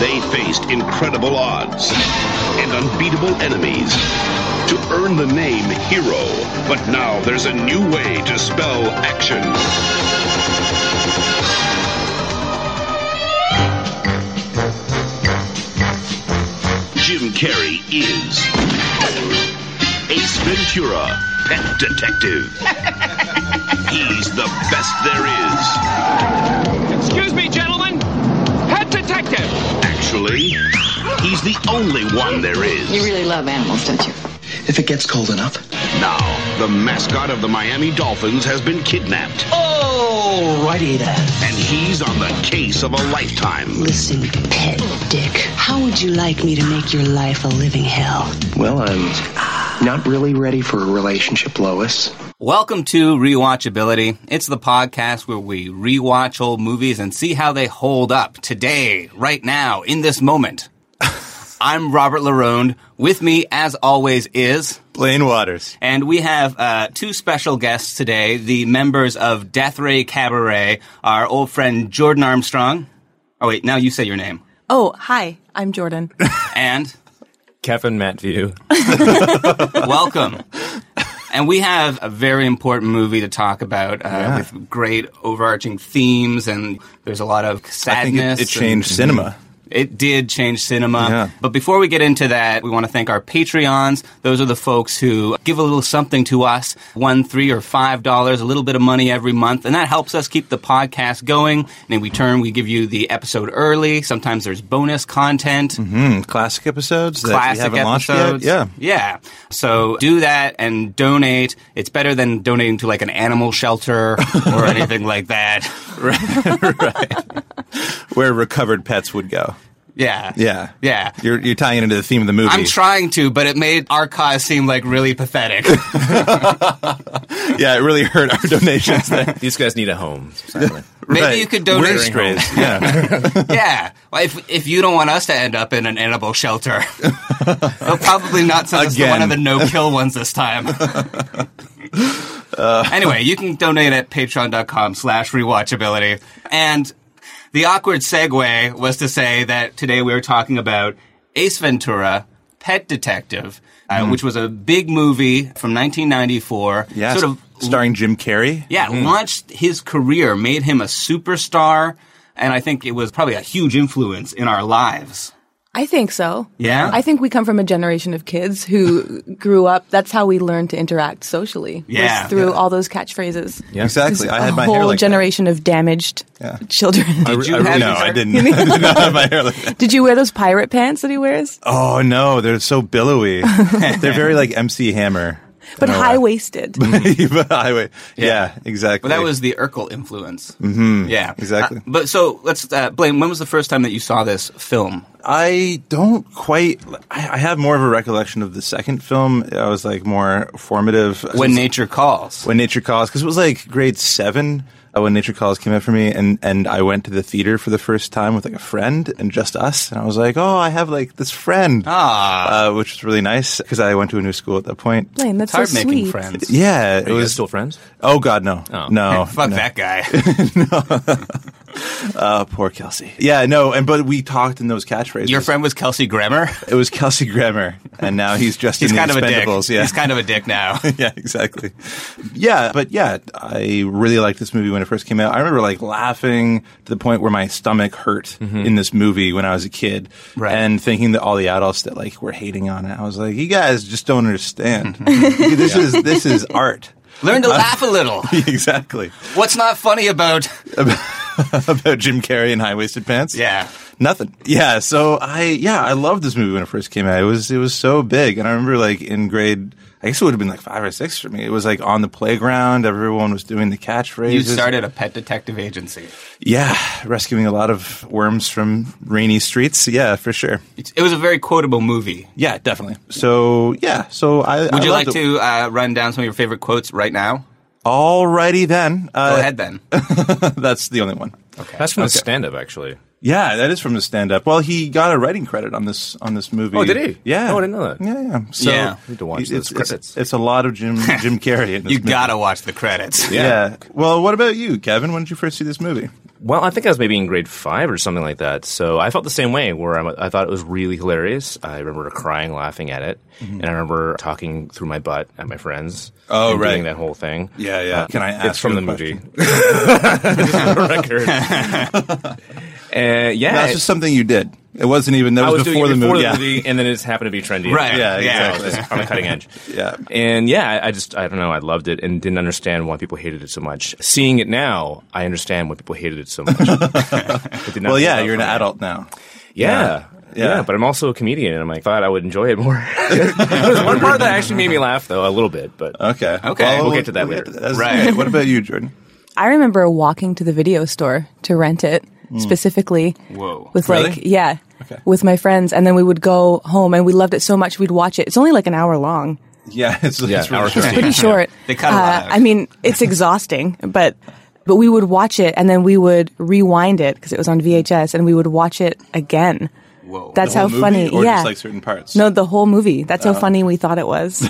They faced incredible odds and unbeatable enemies to earn the name hero. But now there's a new way to spell action. Jim Carrey is Ace Ventura, pet detective. He's the best there is. Excuse me, gentlemen. Pet detective. Actually, he's the only one there You is. really love animals, don't you? If it gets cold enough. Now, the mascot of the Miami Dolphins has been kidnapped, Alrighty then. and he's on the case of a lifetime. Listen, pet dick, how would you like me to make your life a living hell? Well, I'm not really ready for a relationship, Lois. Welcome to Rewatchability. It's the podcast where we rewatch old movies and see how they hold up today, right now, in this moment. I'm Robert Larone. With me, as always, is, Plain Waters. and we have uh, two special guests today. The members of Death Ray Cabaret, our old friend Jordan Armstrong. Oh wait, now you say your name. Oh, hi. I'm Jordan. And Kevin Matview. welcome. And we have a very important movie to talk about uh, with great overarching themes, and there's a lot of I think sadness. it, it changed cinema. and It did change cinema. Yeah. But before we get into that, we want to thank our Patreons. Those are the folks who give a little something to us one, three, or five dollars, a little bit of money every month. And that helps us keep the podcast going. And in return, we give you the episode early. Sometimes there's bonus content Mm, classic episodes that we classic haven't launched episodes. yet. Yeah. yeah. So do that and donate. It's better than donating to like an animal shelter or anything like that. Where recovered pets would go. Yeah, Yeah. yeah. You're, you're tying into the theme of the movie. I'm trying to, but it made our cause seem like really pathetic. yeah, it really hurt our donations there. These guys need a home. Maybe Right. you could donate. We're strays. Yeah. yeah, Well, if if you don't want us to end up in an animal shelter, they'll probably not send us to one Again. of the no kill ones this time. anyway, you can donate at patreon.com slash rewatchability. And the awkward segue was to say that today we were talking about Ace Ventura, Pet Detective, uh, which was a big movie from 1994. yeah. Sort of starring Jim Carrey. yeah, launched his career, made him a superstar, and I think it was probably a huge influence in our lives. I think so. Yeah? I think we come from a generation of kids who grew up. That's how we learned to interact socially. was Yeah. through all those catchphrases. Yeah. Exactly. I had a my whole hair like that. generation of damaged children. I, you I, have no, these- I didn't. I did not have my hair like that. Did you wear those pirate pants that he wears? Oh no, they're so billowy. they're very like MC Hammer. but Oh, wow. high waisted. But highway. Yeah, exactly. But that was the Urkel influence. Mm-hmm. Yeah, Exactly. Uh, but so let's, uh, Blaine. When was the first time that you saw this film? I don't quite. I I have more of a recollection of the second film. I was like more formative When Nature Calls. when Nature Calls because it was like grade seven uh, when Nature Calls came out for me, and and I went to the theater for the first time with like a friend and just us, and I was like, oh, I have like this friend, ah, uh, which was really nice because I went to a new school at that point. Blaine, that's It's hard so sweet. making friends. Yeah, it Are you guys was. still friends? Oh God, no, Oh. no, Fuck no. that guy. Uh, poor Kelsey. Yeah, no, and but we talked in those catchphrases. Your friend was Kelsey Grammer. It was Kelsey Grammer, and now he's just He's in the kind of a dick. Expendables. Yeah, He's kind of a dick now. yeah, exactly. Yeah, but yeah, I really liked this movie when it first came out. I remember like laughing to the point where my stomach hurt in this movie when I was a kid, Mm-hmm. Right. and thinking that all the adults that like were hating on it. I was like, you guys just don't understand. Mm-hmm. this is this is art. Learn to laugh a little. exactly. What's not funny about? about Jim Carrey and high waisted pants. Yeah. Nothing. Yeah. So I yeah, I loved this movie when it first came out. It was it was so big. And I remember like in grade I guess it would have been like five or six for me. It was like on the playground, everyone was doing the catchphrases. You started a pet detective agency. Yeah. Rescuing a lot of worms from rainy streets. Yeah, for sure. It's- It was a very quotable movie. Yeah, definitely. So yeah. So I Would you like to uh, run down some of your favorite quotes right now? Alrighty then. Go Uh, ahead then. That's the only one. That's from the stand up, actually. Yeah, that is from the stand up. Well, he got a writing credit on this on this movie. Oh, did he? Yeah. Oh, I didn't know that. Yeah, yeah. So Yeah. Need to watch it's, those it's- credits. It's, a lot of Jim Jim Carrey in this You movie. gotta watch the credits. Yeah. Well, what about you, Kevin? When did you first see this movie? Well, I think I was maybe in grade five or something like that. So I felt the same way, where I'm, I thought it was really hilarious. I remember crying, laughing at it, and I remember talking through my butt at my friends. Mm-hmm. Oh, and right. doing that whole thing. Uh, Yeah, yeah. Can I ask It's from the you a movie. Just for the record. Uh, yeah, That's just something you did. It wasn't even that I was, was before, doing it the before movie. the yeah. movie, and then it just happened to be trendy. Right. Yeah, Yeah, exactly. just on the cutting edge. Yeah. And yeah, I- I just, I don't know, I loved it and didn't understand why people hated it so much. Seeing it now, I understand why people hated it so much. It did not Well, yeah, hold up you're an for me. adult now. Yeah. Yeah. Yeah. but I'm also a comedian, and I'm like, thought I would enjoy it more. There's one part that actually made me laugh, though, a little bit. But Okay. Okay, we'll get to that later. That's- Right. What about you, Jordan? I remember walking to the video store to rent it specifically. Whoa. With like, Mm. Really? yeah, with my friends, and then we would go home, and we loved it so much we'd watch it. It's only like an hour long, Yeah, it's, Yeah, it's really our short. history. pretty short. Uh, They cut a lot out. I mean, it's exhausting, but but we would watch it, and then we would rewind it because it was on VHS, and we would watch it again. Whoa. That's The how whole movie funny. or yeah. just like certain parts. No, the whole movie. That's Uh. how funny we thought it was.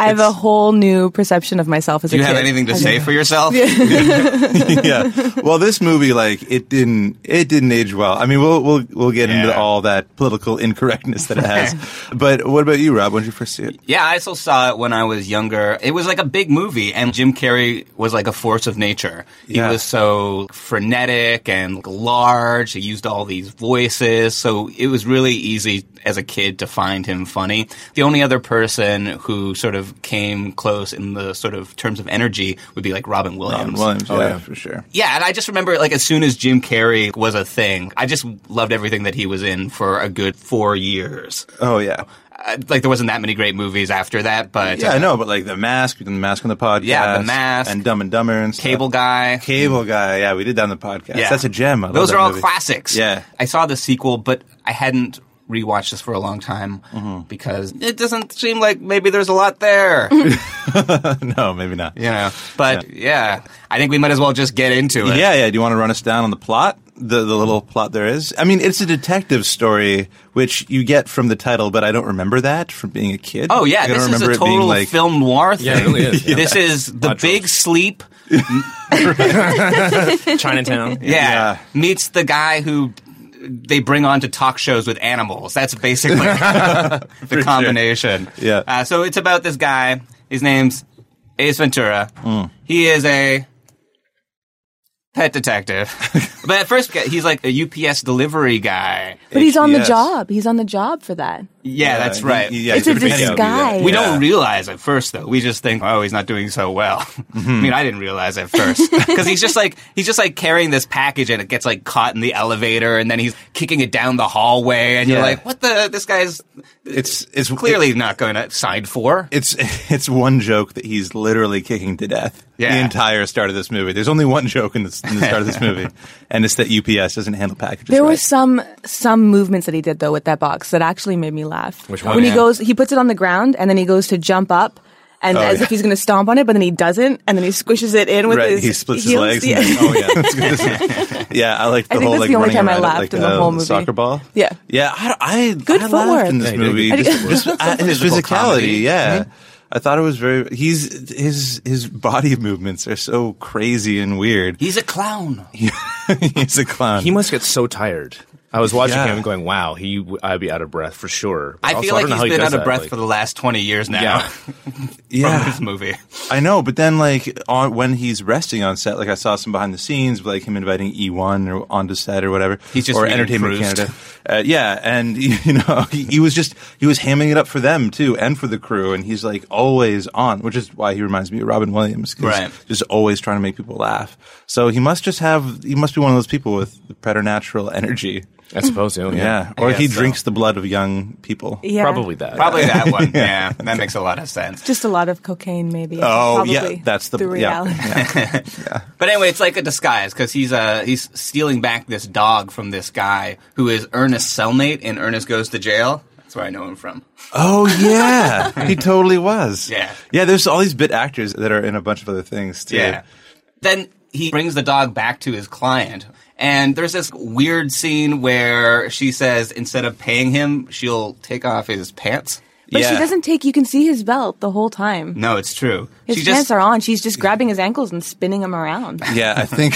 I have a whole new perception of myself as a Do you kid. have anything to say for yourself? yeah. Well, this movie, like, it didn't, it didn't age well. I mean, we'll, we'll, we'll get into Yeah. all that political incorrectness that it has. but what about you, Rob? When did you first see it? Yeah, I also saw it when I was younger. It was like a big movie, and Jim Carrey was like a force of nature. Yeah. He was so frenetic and large. He used all these voices. So it was really easy as a kid to find him funny. The only other person who sort of came close in the sort of terms of energy would be like Robin Williams. Robin Williams. Oh, yeah, for sure. Yeah, and I just remember like as soon as Jim Carrey was a thing, I just loved everything that he was in for a good four years. Oh, yeah. Uh, like there wasn't that many great movies after that, but Yeah, uh, I know, but like the mask, we did the mask on the podcast. Yeah, The Mask. And Dumb and Dumber and stuff. Cable Guy. Cable Guy. Yeah, we did that on the podcast. Yeah. That's a gem. I love Those that are all movie. classics. Yeah. I saw the sequel, but I hadn't rewatched this for a long time Mm-hmm. because it doesn't seem like maybe there's a lot there, you no, maybe not. know. But yeah. I think we might as well just get into it. Yeah, yeah. Do you want to run us down on the plot? The, the little Mm-hmm. plot there is. I mean, it's a detective story, which you get from the title, but I don't remember that from being a kid. Oh yeah, I don't this is remember a it being total like film noir thing. Yeah, it really is, yeah. This is the Montrose. big sleep. Chinatown. Yeah, Yeah. meets the guy who they bring on to talk shows with animals. That's basically the combination. Yeah. Uh, so it's about this guy. His name's Ace Ventura. Mm. He is a pet detective, but at first he's like a UPS delivery guy. But he's on the Yes. job. He's on the job for that. Yeah, that's he- right. he- yeah, It's he's a pretty good. disguise. We Yeah. don't realize at first, though. We just think, oh, he's not doing so well. I mean, I didn't realize at first because he's just like he's just like carrying this package and it gets like caught in the elevator, and then he's kicking it down the hallway, and you're Yeah. like, what the? This guy's It's it's clearly not going to sign for. It's it's one joke that he's literally kicking to death. Yeah. The entire start of this movie. There's only one joke in, this, in the start of this movie, and it's that UPS doesn't handle packages. There right. were some some movements that he did though with that box that actually made me laugh. Which one? When he Yeah. goes, he puts it on the ground and then he goes to jump up. And Oh, as yeah. if he's going to stomp on it, but then he doesn't, and then he squishes it in with Right, his he splits his heels. legs. Yeah. and then- oh yeah, That's good to see. yeah. I like the I think whole that's like the only running time I around laughed like in the a whole movie. soccer ball. Yeah. yeah. I, I Good I laughed footwork. in this Yeah, you did movie. good Just, just at his Physical physicality. comedy. Yeah. I thought it was very. He's his his body movements are so crazy and weird. He's a clown. he's a clown. He must get so tired. I was watching Yeah. him and going, "Wow, he w- I'd be out of breath for sure." But I also, feel like don't know he's how he been does out of that, breath like- for the last 20 years now Yeah. yeah, from this movie. I know, but then like on when he's resting on set, like I saw some behind the scenes, like him inviting E1 or onto set or whatever. He's just or reading Entertainment Proust. Canada. Uh, yeah, and you know he, he was just he was hamming it up for them too and for the crew, and he's like always on, which is why he reminds me of Robin Williams, 'cause Right. Just always trying to make people laugh. So he must just have he must be one of those people with preternatural energy. I suppose, yeah. Yeah, I or guess he so. drinks the blood of young people. Yeah. Probably that. Probably that one. Yeah, that makes a lot of sense. Just a lot of cocaine, maybe. Oh Probably yeah, that's the, yeah, reality. yeah. But anyway, it's like a disguise because he's uh he's stealing back this dog from this guy who is Ernest's cellmate, and Ernest goes to jail. That's where I know him from. Oh yeah, he totally was. Yeah. yeah. There's all these bit actors that are in a bunch of other things too. Yeah. Then he brings the dog back to his client. And there's this weird scene where she says instead of paying him, she'll take off his pants. But she Yeah. doesn't take. You can see his belt the whole time. No, it's true. His she pants just are on. She's just grabbing his ankles and spinning him around. Yeah, I think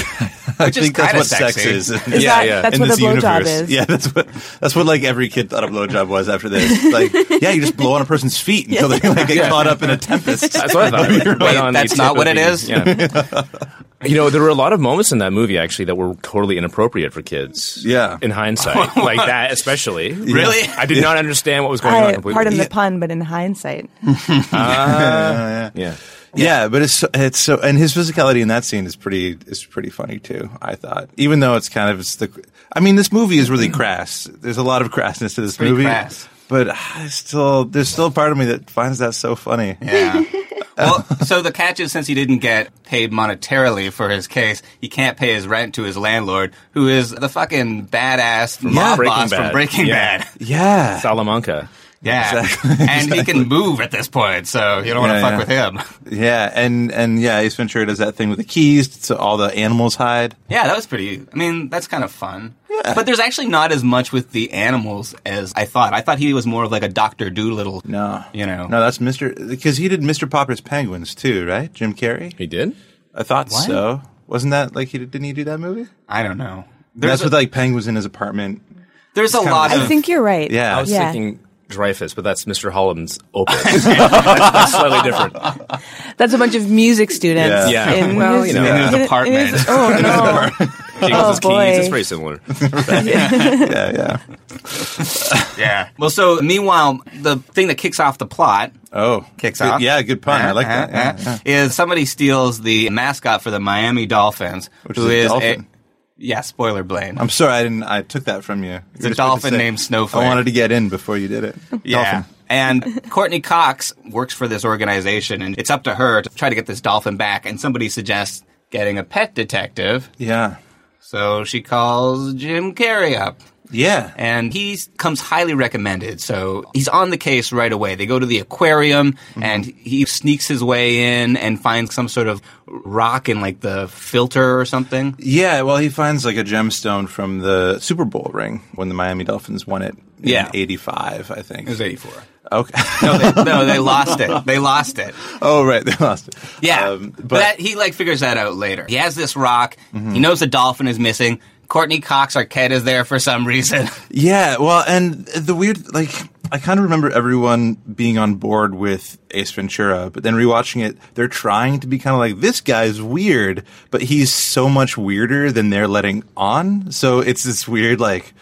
I Which is think that's kinda what sex sexy. is. Yeah, that- yeah. that's in what a this blowjob universe. is. Yeah, that's what that's what like every kid thought a blowjob was after this. Like, yeah, you just blow on a person's feet until they like, get caught up in a tempest. That's what I thought. Like, right on the that's tip not of what it the- is? Yeah. you know, there were a lot of moments in that movie actually that were totally inappropriate for kids. Yeah. In hindsight, like that especially. Really? I did not understand what was going on. I, Completely. pardon the pun, but in hindsight, Yeah. Yeah, but it's so- it's so and his physicality in that scene is pretty is pretty funny too. I thought, even though it's kind of it's the, I mean, this movie is really crass. There's a lot of crassness to this pretty movie, crass. but I still there's still a part of me that finds that so funny. Yeah. well, so the catch is since he didn't get paid monetarily for his case, he can't pay his rent to his landlord, who is the fucking badass mob Breaking boss from Bad. Breaking Yeah. Bad. Yeah, Salamanca. Yeah. Exactly. And he can move at this point, so you don't want to Yeah, fuck with him. yeah, and and yeah, Ace Ventura does that thing with the keys, so all the animals hide. Yeah, that was pretty. I mean, that's kind of fun. But there's actually not as much with the animals as I thought. I thought he was more of like a Doctor Doolittle. No, you know. no, that's Mister because he did Mister Popper's Penguins too, right? Jim Carrey, He did? I thought What? so. Wasn't that like he did- didn't he do that movie? I don't know. There's That's a, with like penguins in his apartment. there's a lot I of think you're right. Yeah. I was Yeah. thinking Dreyfus, but that's Mr. Holland's opus. That's slightly different. That's a bunch of music students. Yeah. Yeah. In Well, his, you know. In his in apartment. his- oh no. Jingles' Oh, boy. keys. It's very similar. Yeah, yeah. yeah. Well, so meanwhile, the thing that kicks off the plot Oh, kicks off. Yeah, good pun. I like uh, that. Yeah, uh, is somebody steals the mascot for the Miami Dolphins, Which is a dolphin. yeah, spoiler blame. I'm sorry, I didn't. I took that from you. It's a dolphin named Snowflake. I wanted to get in before you did it. Yeah. Dolphin. And Courtney Cox works for this organization, and it's up to her to try to get this dolphin back. And somebody suggests getting a pet detective. Yeah. So she calls Jim Carrey up. Yeah. And he comes highly recommended. So he's on the case right away. They go to the aquarium Mm-hmm. and he sneaks his way in and finds some sort of rock in like the filter or something. yeah. Well, he finds like a gemstone from the Super Bowl ring when the Miami Dolphins won it. in Yeah. '85, I think. It was 84. okay. No, they, no, they lost it. They lost it. oh, right. They lost it. Yeah, Um, but, that, he like figures that out later. He has this rock. He knows the dolphin is missing. Courtney Cox Arquette is there for some reason. Yeah, well, and the weird, like, I kind of remember everyone being on board with Ace Ventura, but then rewatching it, they're trying to be kind of like, this guy's weird, but he's so much weirder than they're letting on. So it's this weird, like,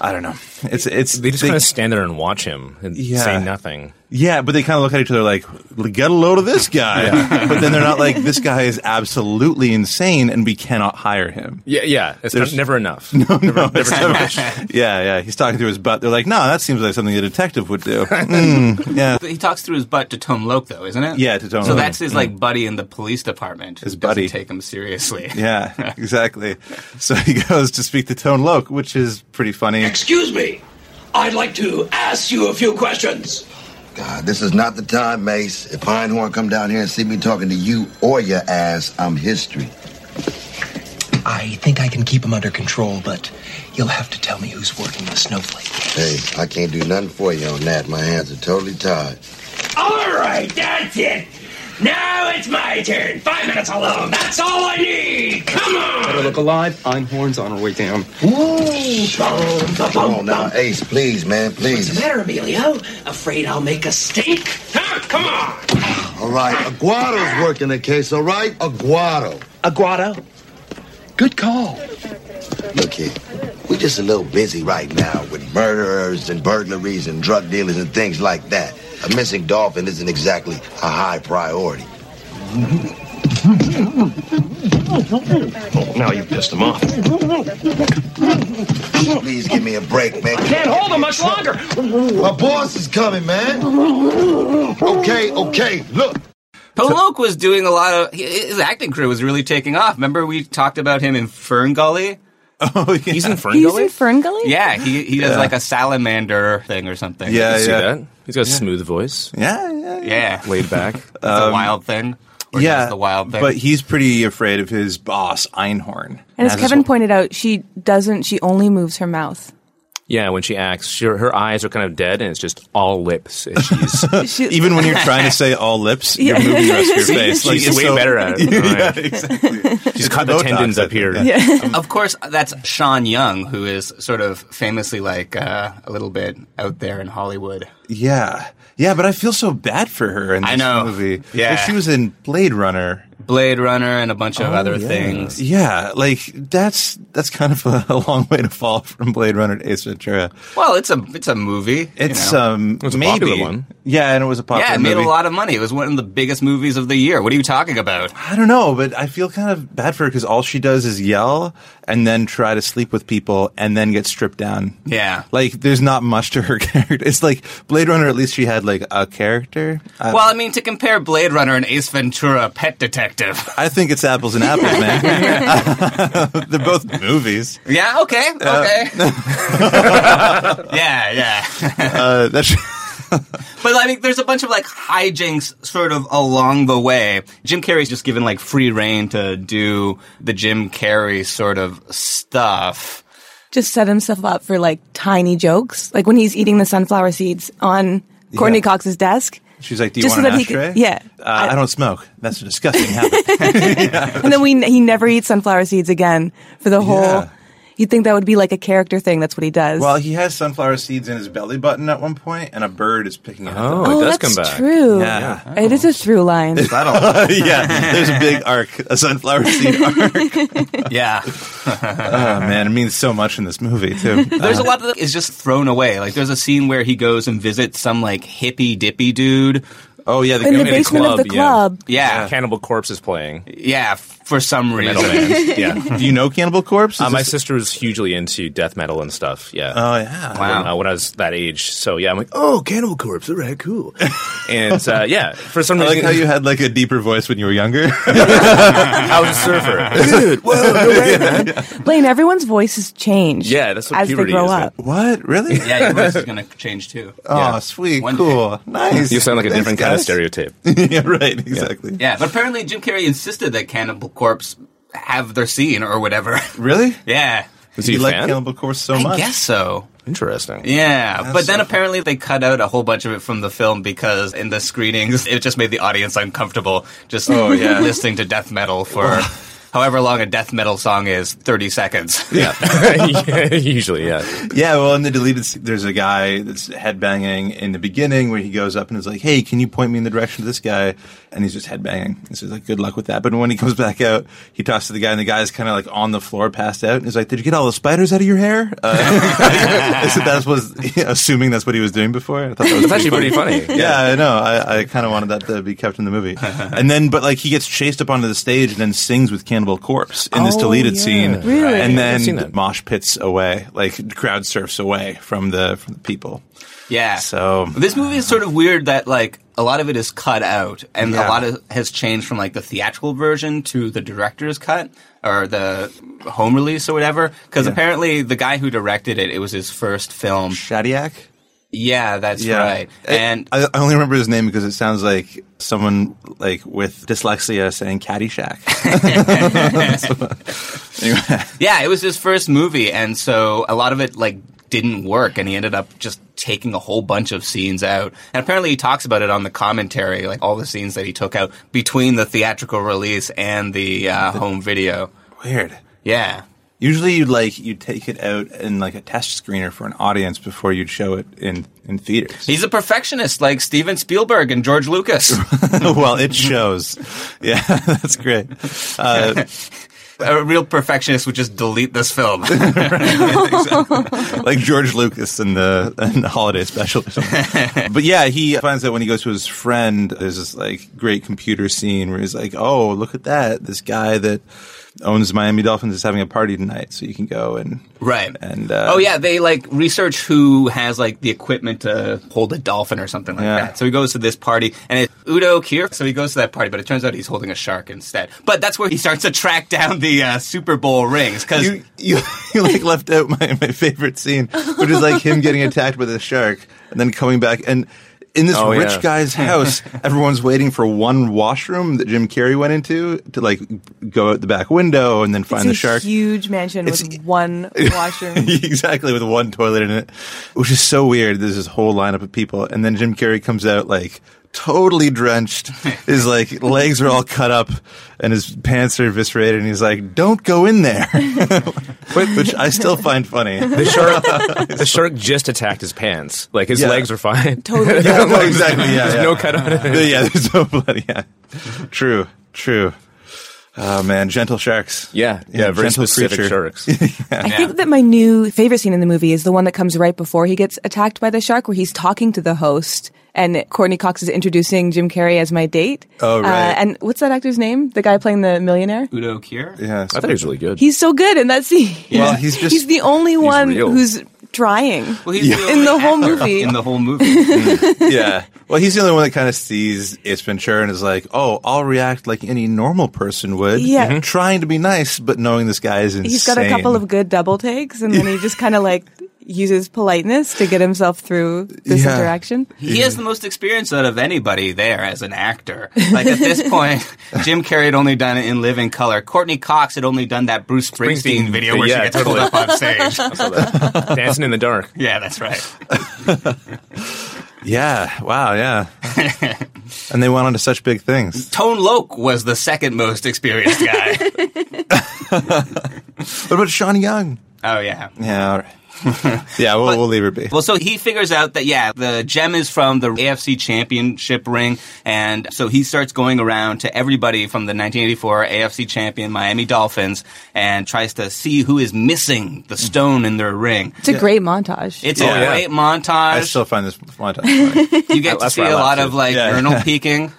I don't know. It's, it's, They just kind of stand there and watch him and Yeah. say nothing. yeah, but they kind of look at each other like, get a load of this guy. But then they're not like, this guy is absolutely insane and we cannot hire him. Yeah, yeah. It's There's- never enough. never, never It's too never- much. yeah, yeah. He's talking through his butt. They're like, no, that seems like something a detective would do. Mm, yeah. he talks through his butt to Tom Loke, though, isn't it? Yeah, to Tone So Loc. Mm. that's his like buddy in the police department. who His doesn't buddy. take him seriously. Yeah, exactly. So he goes to speak to Tone Loke, which is pretty funny. Excuse me. I'd like to ask you a few questions. God, this is not the time, Mace. If Pinehorn come down here and see me talking to you or your ass, I'm history. I think I can keep him under control, but you'll have to tell me who's working the snowflake. Hey, I can't do nothing for you on that. My hands are totally tied. All right. right, that's it. Now it's my turn. Five minutes alone. That's all I need. Come on. Better look alive. Einhorn's on her way down. Come on now, Ace, please, man, What's the please. matter, Emilio? Afraid I'll make a stink? Huh? Come on. All right, Aguado's working the case, all right? Aguado. Aguado? Good call. Look here, we're just a little busy right now with murderers and burglaries and drug dealers and things like that. A missing dolphin isn't exactly a high priority. Now you pissed him off. Please give me a break, man. Can't hold him much longer. My boss is coming, man. Okay, okay, look. Pollock was doing a lot of his acting career was really taking off. Remember we talked about him in Fern Gully? Oh, yeah. he's in Fern He's Gully. in Ferngully? yeah, he he does Yeah. like a salamander thing or something. Yeah, I can see yeah. that. He's got a Yeah. smooth voice. Yeah, yeah, yeah. Laid back. it's Um, wild thing. yeah, the wild thing. But he's pretty afraid of his boss, Einhorn. And as Has this Kevin pointed out, she doesn't. She only moves her mouth. Yeah, when she acts, she, her eyes are kind of dead, and it's just all lips. And she's She- Even when you're trying to say all lips, Yeah. you're moving the rest of your She's- face. she's it's way better at it. yeah, Right. exactly. she's caught the Botox, tendons I up here. of course, that's Sean Young, who is sort of famously like uh, a little bit out there in Hollywood. Yeah, yeah. But I feel so bad for her in this I know. movie. Yeah. Like, she was in Blade Runner. Blade Runner and a bunch of Oh, other yeah. things. Yeah, like that's that's kind of a, a long way to fall from Blade Runner to Ace Ventura. Well, it's a it's a movie. It's you know. um It's a maybe popular one. Yeah, and it was a popular. yeah, it made movie. a lot of money. It was one of the biggest movies of the year. What are you talking about? I don't know, but I feel kind of bad for her because all she does is yell and then try to sleep with people and then get stripped down. Yeah. Like there's not much to her character. It's like Blade Runner. At least she had like a character. I, well, I mean, to compare Blade Runner and Ace Ventura, Pet Detective. I think it's apples and apples, man. They're both movies. Yeah, okay, Uh, okay. yeah, yeah. Uh, that's But I mean, there's a bunch of like hijinks sort of along the way. Jim Carrey's just given like free reign to do the Jim Carrey sort of stuff. Just set himself up for like tiny jokes, like when he's eating the sunflower seeds on Courtney Yeah. Cox's desk. she's like, "Do you Just want so an that he could- ashtray?" yeah. Uh, I, don't smoke. That's a disgusting habit. and then we he never eats sunflower seeds again for the whole. Yeah. You'd think that would be like a character thing. That's what he does. Well, he has sunflower seeds in his belly button at one point, and a bird is picking it up. Oh, it does that's come back. true. Yeah. It is a through line. yeah, there's a big arc, a sunflower seed arc. Yeah. Oh man, it means so much in this movie too. There's a lot that is just thrown away. Like there's a scene where he goes and visits some like hippie dippy dude. Oh yeah, In the basement of the club. Yeah. Cannibal Corpse is playing. Yeah, for some Metal reason. band. Yeah. Do you know Cannibal Corpse? Is Uh, my this- sister was hugely into death metal and stuff. Yeah. oh yeah. when, Wow. uh, when I was that age. So yeah, I'm like, oh, Cannibal Corpse, all right, cool. and uh, yeah, for some I reason, like how you had like a deeper voice when you were younger. I was a surfer. Dude, whoa, no way, man. Blaine, everyone's voices change. Yeah, that's what as they puberty grow is, man. up. what? Really? yeah, your voice is gonna change too. Oh, Yeah. sweet, One cool, nice. You sound like a Thanks, different kind of guys. stereotype. yeah, right. Exactly. Yeah, but apparently Jim Carrey insisted that Cannibal Corpse have their scene or whatever. Really? yeah. Was he You a like fan? Cannibal Corpse so I much? guess so. Interesting. Yeah, That's but then so- apparently they cut out a whole bunch of it from the film because in the screenings it just made the audience uncomfortable just Oh, listening to death metal for however long a death metal song is 30 seconds. Yeah. Yeah, Usually, yeah. Yeah, well, in the deleted, sc- there's a guy that's headbanging in the beginning where he goes up and is like, "Hey, can you point me in the direction of this guy?" And he's just headbanging. And so he's like, "Good luck with that." But when he comes back out, he talks to the guy, and the guy's kind of like on the floor, passed out, and he's like, "Did you get all the spiders out of your hair?" Uh, so that was assuming that's what he was doing before. I thought that was It's actually pretty funny. yeah, I know. I, I kind of wanted that to be kept in the movie. And then, but like he gets chased up onto the stage and then sings with Cannibal Corpse in this Oh, deleted yeah. scene. Really? And I've seen then that. mosh pits away, like crowd surfs away from the from the people. Yeah. So- this movie is sort of weird that like a lot of it is cut out and Yeah. a lot of has changed from like the theatrical version to the director's cut or the home release or whatever because Yeah. apparently the guy who directed it it was his first film. Shadiak. Yeah, that's right. I- And I, I only remember his name because it sounds like someone like with dyslexia saying Caddyshack. anyway, Yeah, it was his first movie, and so a lot of it like didn't work, and he ended up just taking a whole bunch of scenes out. And apparently he talks about it on the commentary, like all the scenes that he took out between the theatrical release and the, uh, home video. Weird. Yeah. Usually, you like you take it out in like a test screener for an audience before you'd show it in in theaters. He's a perfectionist like Steven Spielberg and George Lucas. well, it shows. Yeah, that's great. Uh, a real perfectionist would just delete this film. like George Lucas in the, in the holiday special. Or something. but yeah, he finds that when he goes to his friend, there's this like great computer scene where he's like, "Oh, look at that! This guy that owns Miami Dolphins is having a party tonight, so you can go and right." And uh, oh yeah, they like research who has like the equipment to hold a dolphin or something like Yeah. that. So he goes to this party, and it's Udo Kier. So he goes to that party, but it turns out he's holding a shark instead. But that's where he starts to track down the uh, Super Bowl rings because you, you, you like left out my, my favorite scene, which is like him getting attacked by the shark and then coming back and. In this Oh, rich yeah. guy's house, everyone's waiting for one washroom that Jim Carrey went into to like go out the back window and then It's find a the shark. huge mansion with one washroom. exactly, with one toilet in it, which is so weird. There's this whole lineup of people, and then Jim Carrey comes out like totally drenched. His like legs are all cut up, and his pants are eviscerated, and he's like, "Don't go in there," which I still find funny. The shark, the shark just attacked his pants. Like his Yeah. legs are fine. Totally. Yeah, no, exactly, yeah, there's yeah. no cut on Yeah, it. yeah, there's no blood. Yeah, true, true. Oh man, gentle sharks. Yeah, yeah, very specific sharks. I think that my new favorite scene in the movie is the one that comes right before he gets attacked by the shark, where he's talking to the host, and Courtney Cox is introducing Jim Carrey as my date. Oh, right. Uh, and what's that actor's name? The guy playing the millionaire? Udo Kier. Yeah, I thought he was really good. He's so good in that scene. Yeah. Well, he's just- he's the only one real. who's trying Well, he's the in the only whole actor movie. In the whole movie. yeah. Well, he's the only one that kind of sees Ace Ventura and is like, "Oh, I'll react like any normal person would." Yeah. Mhm. Trying to be nice, but knowing this guy is insane. he's got a couple of good double takes, and then he just kind of like uses politeness to get himself through this Yeah. interaction. He has the most experience out of anybody there as an actor. Like at this point, Jim Carrey had only done it in Living Color. Courtney Cox had only done that Bruce Springsteen, Springsteen video where yeah, she gets totally. pulled up on stage. Dancing in the dark. Yeah, that's right. Yeah. Wow. Yeah. and they went on to such big things. Tone Loc was the second most experienced guy. What about Sean Young? Oh yeah. Yeah. All right. yeah. We'll, we'll leave it be. Well, so he figures out that, yeah, the gem is from the AFC championship ring. And so he starts going around to everybody from the 1984 AFC champion Miami Dolphins and tries to see who is missing the stone in their ring. It's a great montage. It's Oh, Yeah. a great montage. I still find this montage. funny. you get to That's see where I a lot laughed of at. like Yeah. urinal peeking.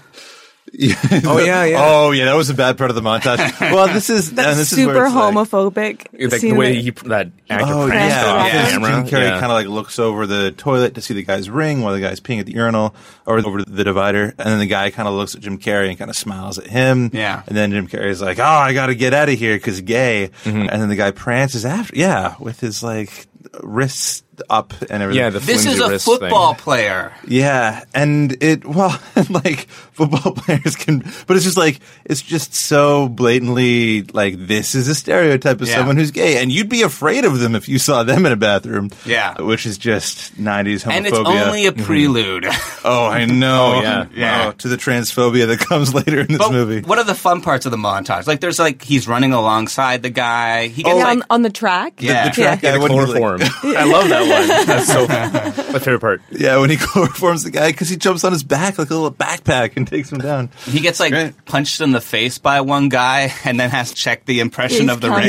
oh yeah. Yeah. Oh yeah. That was a bad part of the montage. Well, this is That's and this is super where it's like- homophobic. Like the scene way that- he that actor Oh pranced yeah, off yeah. camera. Jim Carrey Yeah. kind of like looks over the toilet to see the guy's ring while the guy's peeing at the urinal or over the divider, and then the guy kind of looks at Jim Carrey and kind of smiles at him. Yeah. and then Jim Carrey's like, "Oh, I got to get out of here because gay," Mm-hmm. and then the guy prances after. Yeah, with his like wrists up and everything. Yeah, the This is a football player. Yeah, and it well, like football players can, but it's just like it's just so blatantly like this is a stereotype of Yeah. someone who's gay, and you'd be afraid of them if you saw them in a bathroom. Yeah. which is just '90s homophobia. Mm-hmm. And it's only a prelude. Oh, I know. Oh, yeah. Yeah. Wow, to the transphobia that comes later in this movie. What are the fun parts of the montage? Like, there's like he's running alongside the guy. He gets Oh, yeah, like on, on the track. Yeah. The- the track guy, Yeah, the when he, like- chloroform. I love that one. That's so my favorite part. Yeah, when he chloroforms the guy because he jumps on his back like a little backpack and takes him down. He gets like punched in the face by one guy, and then has to check the impression of the ring.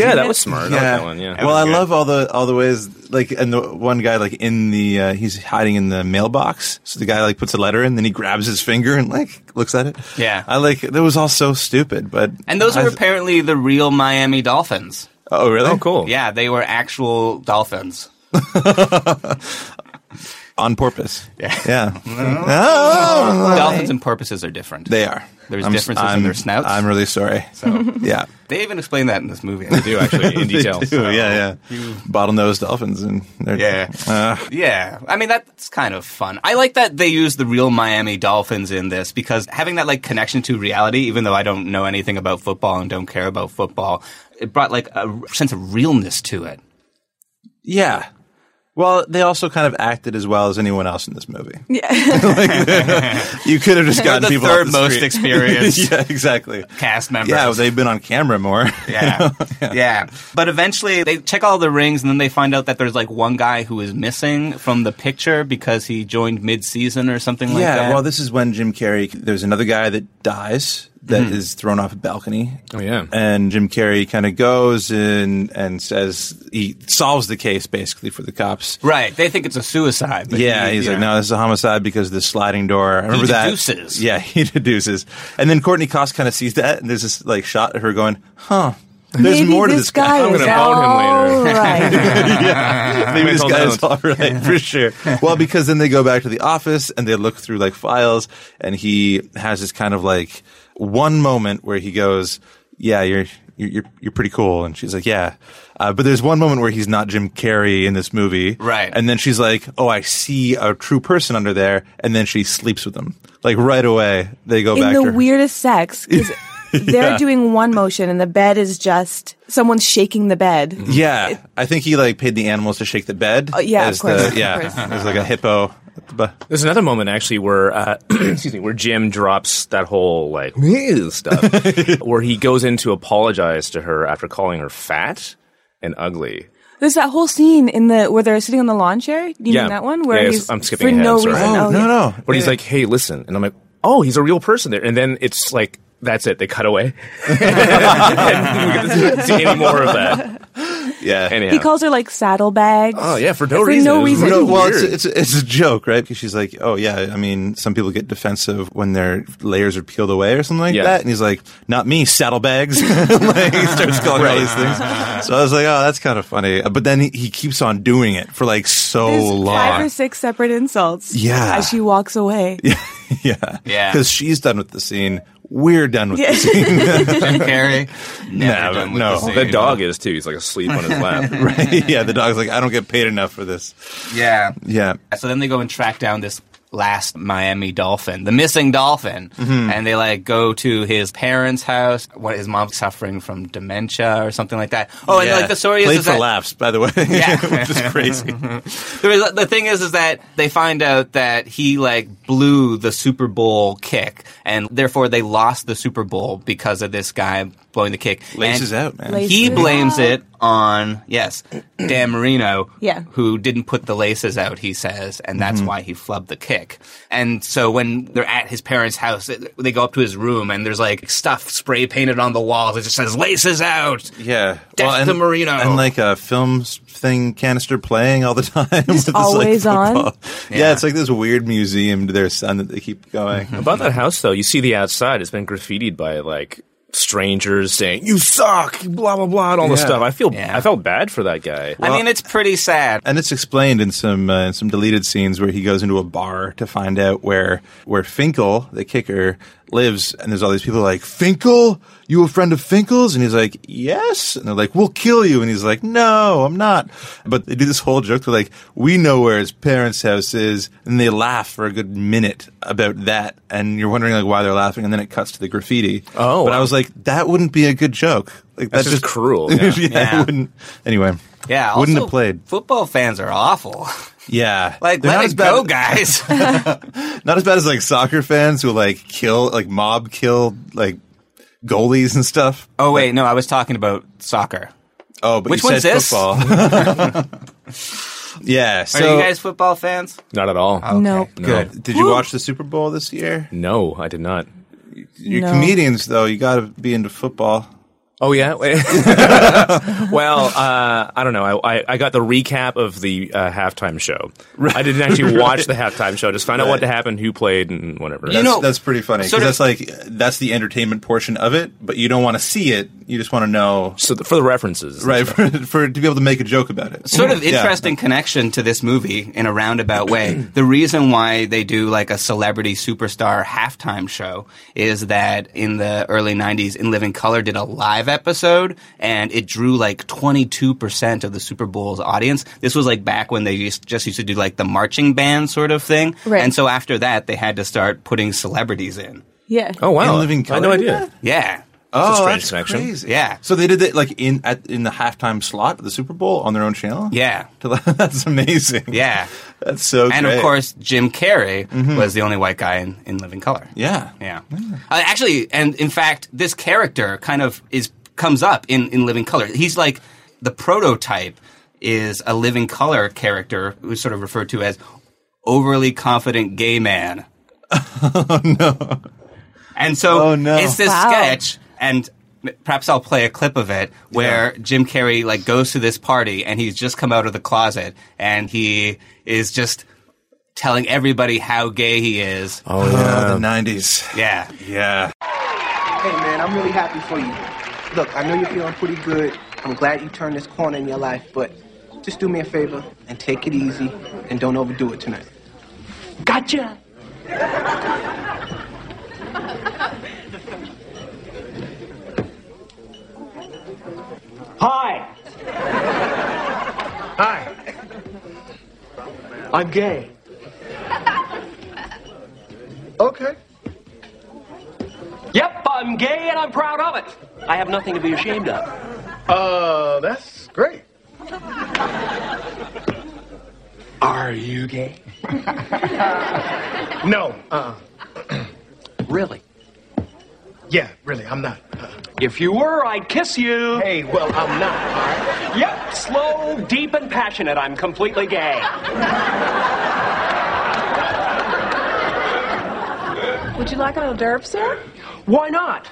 Well, I love all the all the ways like and the one guy like in the uh, he's hiding in the mailbox. So the guy like puts a letter in, then he grabs his finger and like looks at it. Yeah. I like that was all so stupid, but And those I- are apparently the real Miami Dolphins. oh really cool Yeah, they were actual dolphins. on purpose. Yeah, yeah. Oh. dolphins and porpoises are different. They are. There's I'm- differences in I'm- their snouts. I'm really sorry. yeah. They even explain that in this movie. They do actually in They detail. do, yeah, yeah. Bottlenose dolphins and they're, Uh, yeah, Yeah, I mean that's kind of fun. I like that they use the real Miami Dolphins in this because having that like connection to reality, even though I don't know anything about football and don't care about football, it brought like a r- sense of realness to it. yeah. Well, they also kind of acted as well as anyone else in this movie. Yeah. you could have just They're gotten the people third off the most street. experienced. yeah, exactly. Cast members. Yeah, they've been on camera more. yeah. yeah. But eventually they check all the rings and then they find out that there's like one guy who is missing from the picture because he joined mid season or something like yeah, that. well, this is when Jim Carrey. There's another guy that dies that is Mhm. thrown off a balcony. Oh yeah. and Jim Carrey kind of goes and and says he solves the case basically for the cops. Right. They think it's a suicide. but yeah, he- he's you like, know. no, this is a homicide because of this sliding door. I remember deduces. that. Yeah, he deduces, and then Courtney Cost kind of sees that, and there's this like shot of her going, "Huh." There's Maybe more to this this guy. guy I'm gonna is phone him later. all right. yeah, maybe Make this all guy is notes. all right for sure. Well, because then they go back to the office and they look through like files, and he has this kind of like one moment where he goes, "Yeah, you're." You're, you're, you're pretty cool. And she's like, yeah. Uh, but there's one moment where he's not Jim Carrey in this movie. Right. And then she's like, oh, I see a true person under there. And then she sleeps with him. Like right away, they go in back the to her. weirdest sex. 'cause They're Yeah. doing one motion and the bed is just someone's shaking the bed. Yeah, I think he like paid the animals to shake the bed. Oh, yeah, of as course, the- of yeah, course. there's like a hippo. at the bu- There's another moment actually where, uh, excuse me, where Jim drops that whole like "Ew" stuff, where he goes in to apologize to her after calling her fat and ugly. There's that whole scene in the where they're sitting on the lawn chair. You mean that one where Yeah, yes, he's I'm skipping for ahead. no I'm sorry. reason? Oh, yeah. But he's like, "Hey, listen," and I'm like, "Oh, he's a real person there." And then it's like, "That's it." They cut away. and we get to see any more of that. Yeah. Anyhow. He calls her like saddlebags. Oh, yeah, for no reason. For no It was reason. really well, weird. it's, it's it's a joke, right? Because she's like, oh yeah, I mean, some people get defensive when their layers are peeled away or something like Yeah. that, and he's like, not me, saddlebags. like, he starts calling all these things. So I was like, oh, that's kind of funny. But then he, he keeps on doing it for like so There's long. five or six separate insults. Yeah. As she walks away. yeah, Yeah. Because she's done with the scene. We're done with Yeah. the scene. Jim Carrey. Never Nah, done with no. the scene. the dog is too. He's like asleep on his lap. right? Yeah, the dog's like, I don't get paid enough for this. Yeah. Yeah. So then they go and track down this last Miami dolphin, the missing dolphin, Mm-hmm. and they like go to his parents' house. What his mom's suffering from dementia or something like that. Oh, Yeah. and like the story Played is, is for that laughs, by the way. Yeah. which is crazy. There is- the thing is, is that they find out that he like blew the Super Bowl kick, and therefore they lost the Super Bowl because of this guy blowing the kick. Laces And out, man. He Laces blames out. it on yes, Dan Marino, Yeah. who didn't put the laces out. He says, and Mm-hmm. that's why he flubbed the kick. And so when they're at his parents' house, it- they go up to his room, and there's like stuff spray painted on the walls. It just says "laces out." Yeah, Death to Marino. and like a film s- thing canister playing all the time. with this, like, always on. football. Yeah. Yeah. Mm-hmm. it's like this weird museum to their son that they keep going. About that house, though, you see the outside. It's been graffitied by like strangers saying "You suck," blah blah blah, and all this Yeah. stuff. I feel Yeah. I felt bad for that guy. I mean, it's pretty sad. And it's explained in some uh, in some deleted scenes where he goes into a bar to find out where where Finkel, the kicker, lives. And there's all these people like Finkel, you a friend of Finkel's? And he's like, yes. And they're like, we'll kill you. And he's like, no, I'm not. But they do this whole joke. They're like, we know where his parents' house is, and they laugh for a good minute about that. And you're wondering like why they're laughing, and then it cuts to the graffiti. Oh. but I was like, that wouldn't be a good joke. Like That's that just cruel, yeah. yeah, it Yeah. wouldn't. Anyway. Yeah, wouldn't also, have played. Football fans are awful. Yeah, Like, They're let not it as bad- go, guys. Not as bad as like soccer fans who like kill, like mob kill, like goalies and stuff. oh wait, no, I was talking about soccer. Oh, but Which you one's said this? football. yeah. Are So, you guys football fans? Not at all. Oh. Nope. No. good. Did you watch the Super Bowl this year? No, I did not. You're No. comedians though. You got to be into football. Oh yeah. well, uh, I don't know. I, I, I got the recap of the uh, halftime show. I didn't actually watch the halftime show. Just find out what Right. happened, who played, and whatever. That's, know, that's pretty funny because sort of- that's like that's the entertainment portion of it, but you don't want to see it. You just want to know, so th- for the references, right? For, for to be able to make a joke about it. Sort of Yeah. interesting connection to this movie in a roundabout way. the reason why they do like a celebrity superstar halftime show is that in the early 90s, In Living Color did a live episode and it drew like 22% of the Super Bowl's audience. This was like back when they used, just used to do like the marching band sort of thing. Right. And so after that, they had to start putting celebrities in. Yeah. Oh wow! In Living I had no Color? idea. Yeah. a Oh, strange that's connection. crazy! Yeah. So they did it like in at in the halftime slot of the Super Bowl on their own channel. Yeah, that's amazing. Yeah, that's so. And great. of course, Jim Carrey Mhm. was the only white guy in, in Living Color. Yeah. yeah. Uh, actually, and in fact, this character kind of is comes up in in Living Color. He's like the prototype is a Living Color character who's sort of referred to as overly confident gay man. And so it's this Wow. sketch, and m- perhaps I'll play a clip of it where Jim Carrey like goes to this party and he's just come out of the closet and he is just telling everybody how gay he is. Oh, yeah. the nineties. Yeah. Yeah. Hey man, I'm really happy for you. Look, I know you're feeling pretty good. I'm glad you turned this corner in your life, but just do me a favor and take it easy and don't overdo it tonight. Gotcha. Hi. Hi. I'm gay. Okay. Yep, I'm gay and I'm proud of it. I have nothing to be ashamed of. Uh, that's great. Are you gay? no. Uh. really? Yeah, really. I'm not. If you were, I'd kiss you. Hey, well, I'm not. All right. Yep, slow, deep, and passionate. I'm completely gay. Would you like an hors d'oeuvre, sir? Why not?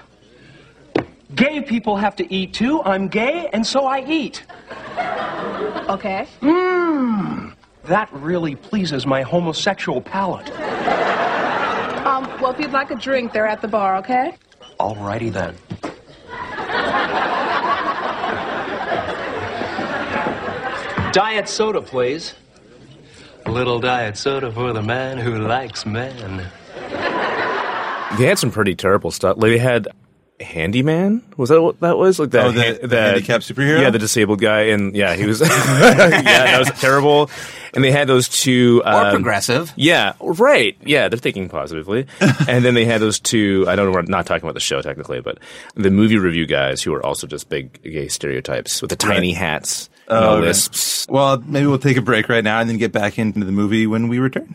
Gay people have to eat too. I'm gay, and so I eat. Okay. Mmm. That really pleases my homosexual palate. Um, well, if you'd like a drink, they're at the bar, okay? Alrighty then. Diet soda, please. Little diet soda for the man who likes men. They had some pretty terrible stuff. Like they had handyman. Was that what that was? Like that? Oh, the- the handicapped superhero? Yeah, the disabled guy, and yeah, he was. yeah, that was terrible. And they had those two. Um, progressive. Yeah, right. Yeah, they're thinking positively. and then they had those two. I don't know. We're not talking about the show technically, but the movie review guys who are also just big gay stereotypes with the tiny hats and all Oh, this. right. Well, maybe we'll take a break right now and then get back into the movie when we return.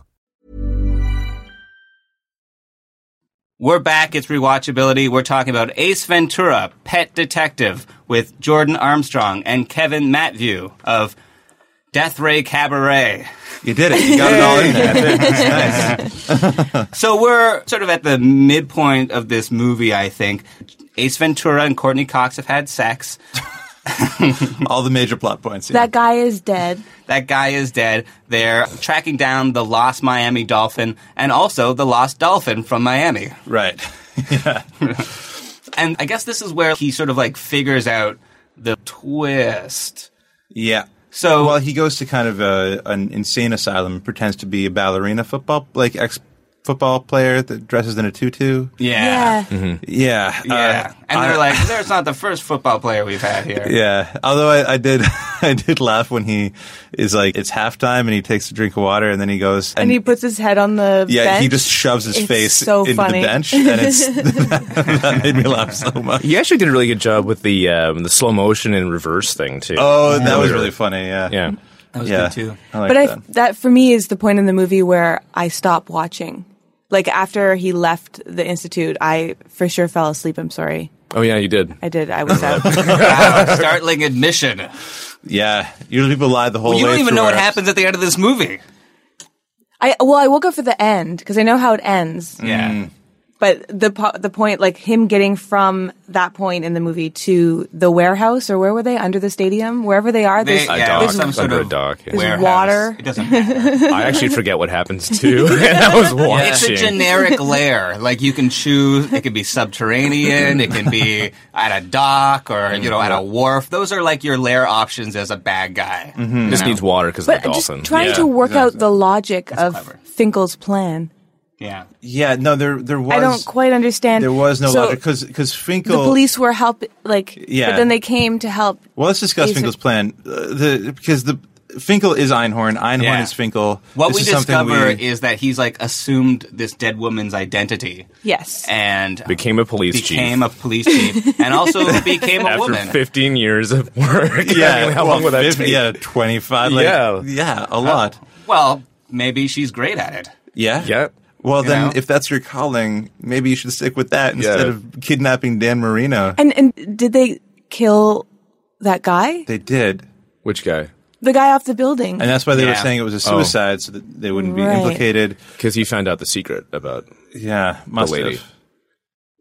We're back. It's rewatchability. We're talking about Ace Ventura, Pet Detective, with Jordan Armstrong and Kevin Matview of Death Ray Cabaret. You did it. You got it all in there. so we're sort of at the midpoint of this movie, I think. Ace Ventura and Courtney Cox have had sex. all the major plot points. That guy is dead. That guy is dead. They're tracking down the lost Miami Dolphin and also the lost dolphin from Miami. Right. and I guess this is where he sort of like figures out the twist. Yeah. So well, he goes to kind of a, an insane asylum, and pretends to be a ballerina football, like ex football player that dresses in a tutu. Ah. Yeah. Yeah. Hmm. Yeah. Uh, and I- they're like, there's not the first football player we've had here. Yeah. Although I, I did, I did laugh when he is like, it's halftime and he takes a drink of water and then he goes And, he puts his head on the yeah, he bench. just shoves his It's face so into funny. the bench and it's that made me laugh so much. You actually did a really good job with the um, the slow motion and reverse thing too. Oh, that was really funny. Yeah, yeah, that was Yeah. good too. I like but I, that. that for me is the point in the movie where I stop watching. Like after he left the institute, I for sure fell asleep. I'm sorry. Oh yeah, you did. I did. I was out. wow, startling admission. Yeah, usually people lie the whole Well, you way don't even know through what our- happens at the end of this movie. Mm. Mm. I well, I woke up for the end because I know how it ends. Yeah. But the po- the point, like him getting from that point in the movie to the warehouse or where were they under the stadium, wherever they are, there's, They- yeah, there's- some sort Under a of dock, yeah. there's warehouse. water. It doesn't I actually forget what happens too. and I was watching. It's a generic lair. Like you can choose. It can be subterranean. It can be at a dock or you know at a wharf. Those are like your lair options as a bad guy. Mm-hmm. Mhm. This needs water because But I'm just trying to work out the logic of Finkel's plan. Yeah. Yeah. No, there there was I don't quite understand. there was no So logic because because The Finkel. police were help, like, Yeah. but then they came to help. Well, let's discuss These are- Finkel's plan. Uh, the because the Finkel is Einhorn. Einhorn Yeah. is Finkel. What This we is something discover we- is that he's like assumed this dead woman's identity Yes. and became a police chief. became a police chief and also became a After woman. 15 years of work. I mean, how long would that fifty- take? Yeah, twenty five. Like, Yeah. yeah, yeah, a lot. Well, maybe she's great at it. yeah, yeah. Well, You then, know? if that's your calling, maybe you should stick with that instead Yeah. of kidnapping Dan Marino. And and did they kill that guy? They did. Which guy? The guy off the building. And that's why they were saying it was a Oh. suicide, so that they wouldn't be Right. implicated. Because he found out the secret about yeah, must the lady. have.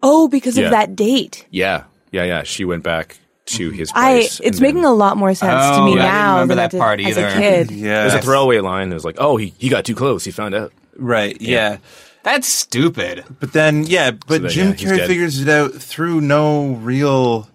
Oh, because Yeah. of that date. Yeah, yeah, yeah. She went back Mm-hmm. to his I. place. It's making a lot more sense to Oh, me now than it did as a kid. There's a throwaway line. It was like, oh, he, he got too close. He found out. Right. Yeah. That's stupid. But then, yeah, but then, Jim yeah, he's Carrey dead. figures it out through no real.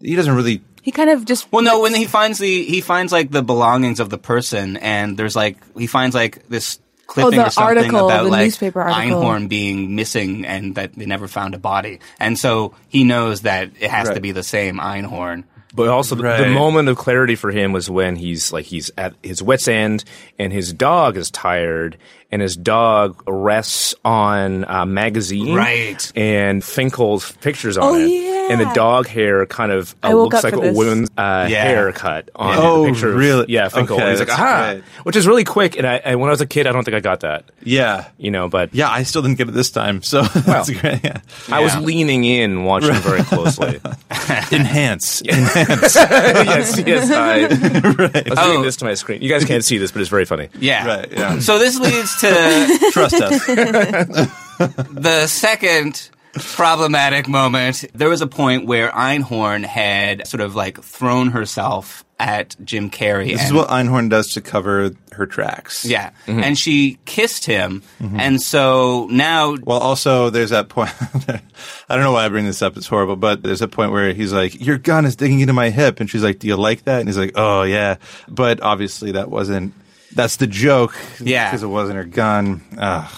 He doesn't really. He kind of just Well, no, when he finds the he finds like the belongings of the person, and there's like he finds like this clipping Oh, the or something article, about the like newspaper article. Einhorn being missing and that they never found a body, and so he knows that it has to Right. be the same Einhorn. But also, the- the Right. moment of clarity for him was when he's like he's at his wits end, and his dog is tired, and his dog rests on a magazine, Right. And Finkel's pictures on Oh, it, yeah. and the dog hair kind of uh, I woke up looks like a for this. woman's uh, Yeah. haircut on Yeah. Oh, the picture. of- really? yeah, Finkel. Okay, he's like, that's aha, great. which is really quick. And I, I, when I was a kid, I don't think I got that. Yeah. You know, but yeah, I still didn't get it this time. So that's great. Yeah. I was leaning in, watching very closely. Enhance. Enhance. yes, yes. I, I was Oh. doing this to my screen. You guys can't see this, but it's very funny. Yeah. Right. Yeah. So this leads to Trust us. the second problematic moment. There was a point where Einhorn had sort of like thrown herself at Jim Carrey. This and is what Mm-hmm. Einhorn does to cover her tracks. Yeah. And she kissed him. Mm-hmm. And so now. Well, also, there's that point. I don't know why I bring this up. It's horrible, but there's a point where he's like, Your gun is digging into my hip. And she's like, Do you like that? And he's like, Oh, yeah. But obviously, that wasn't. That's the joke. Yeah. Because it wasn't her gun. Ugh.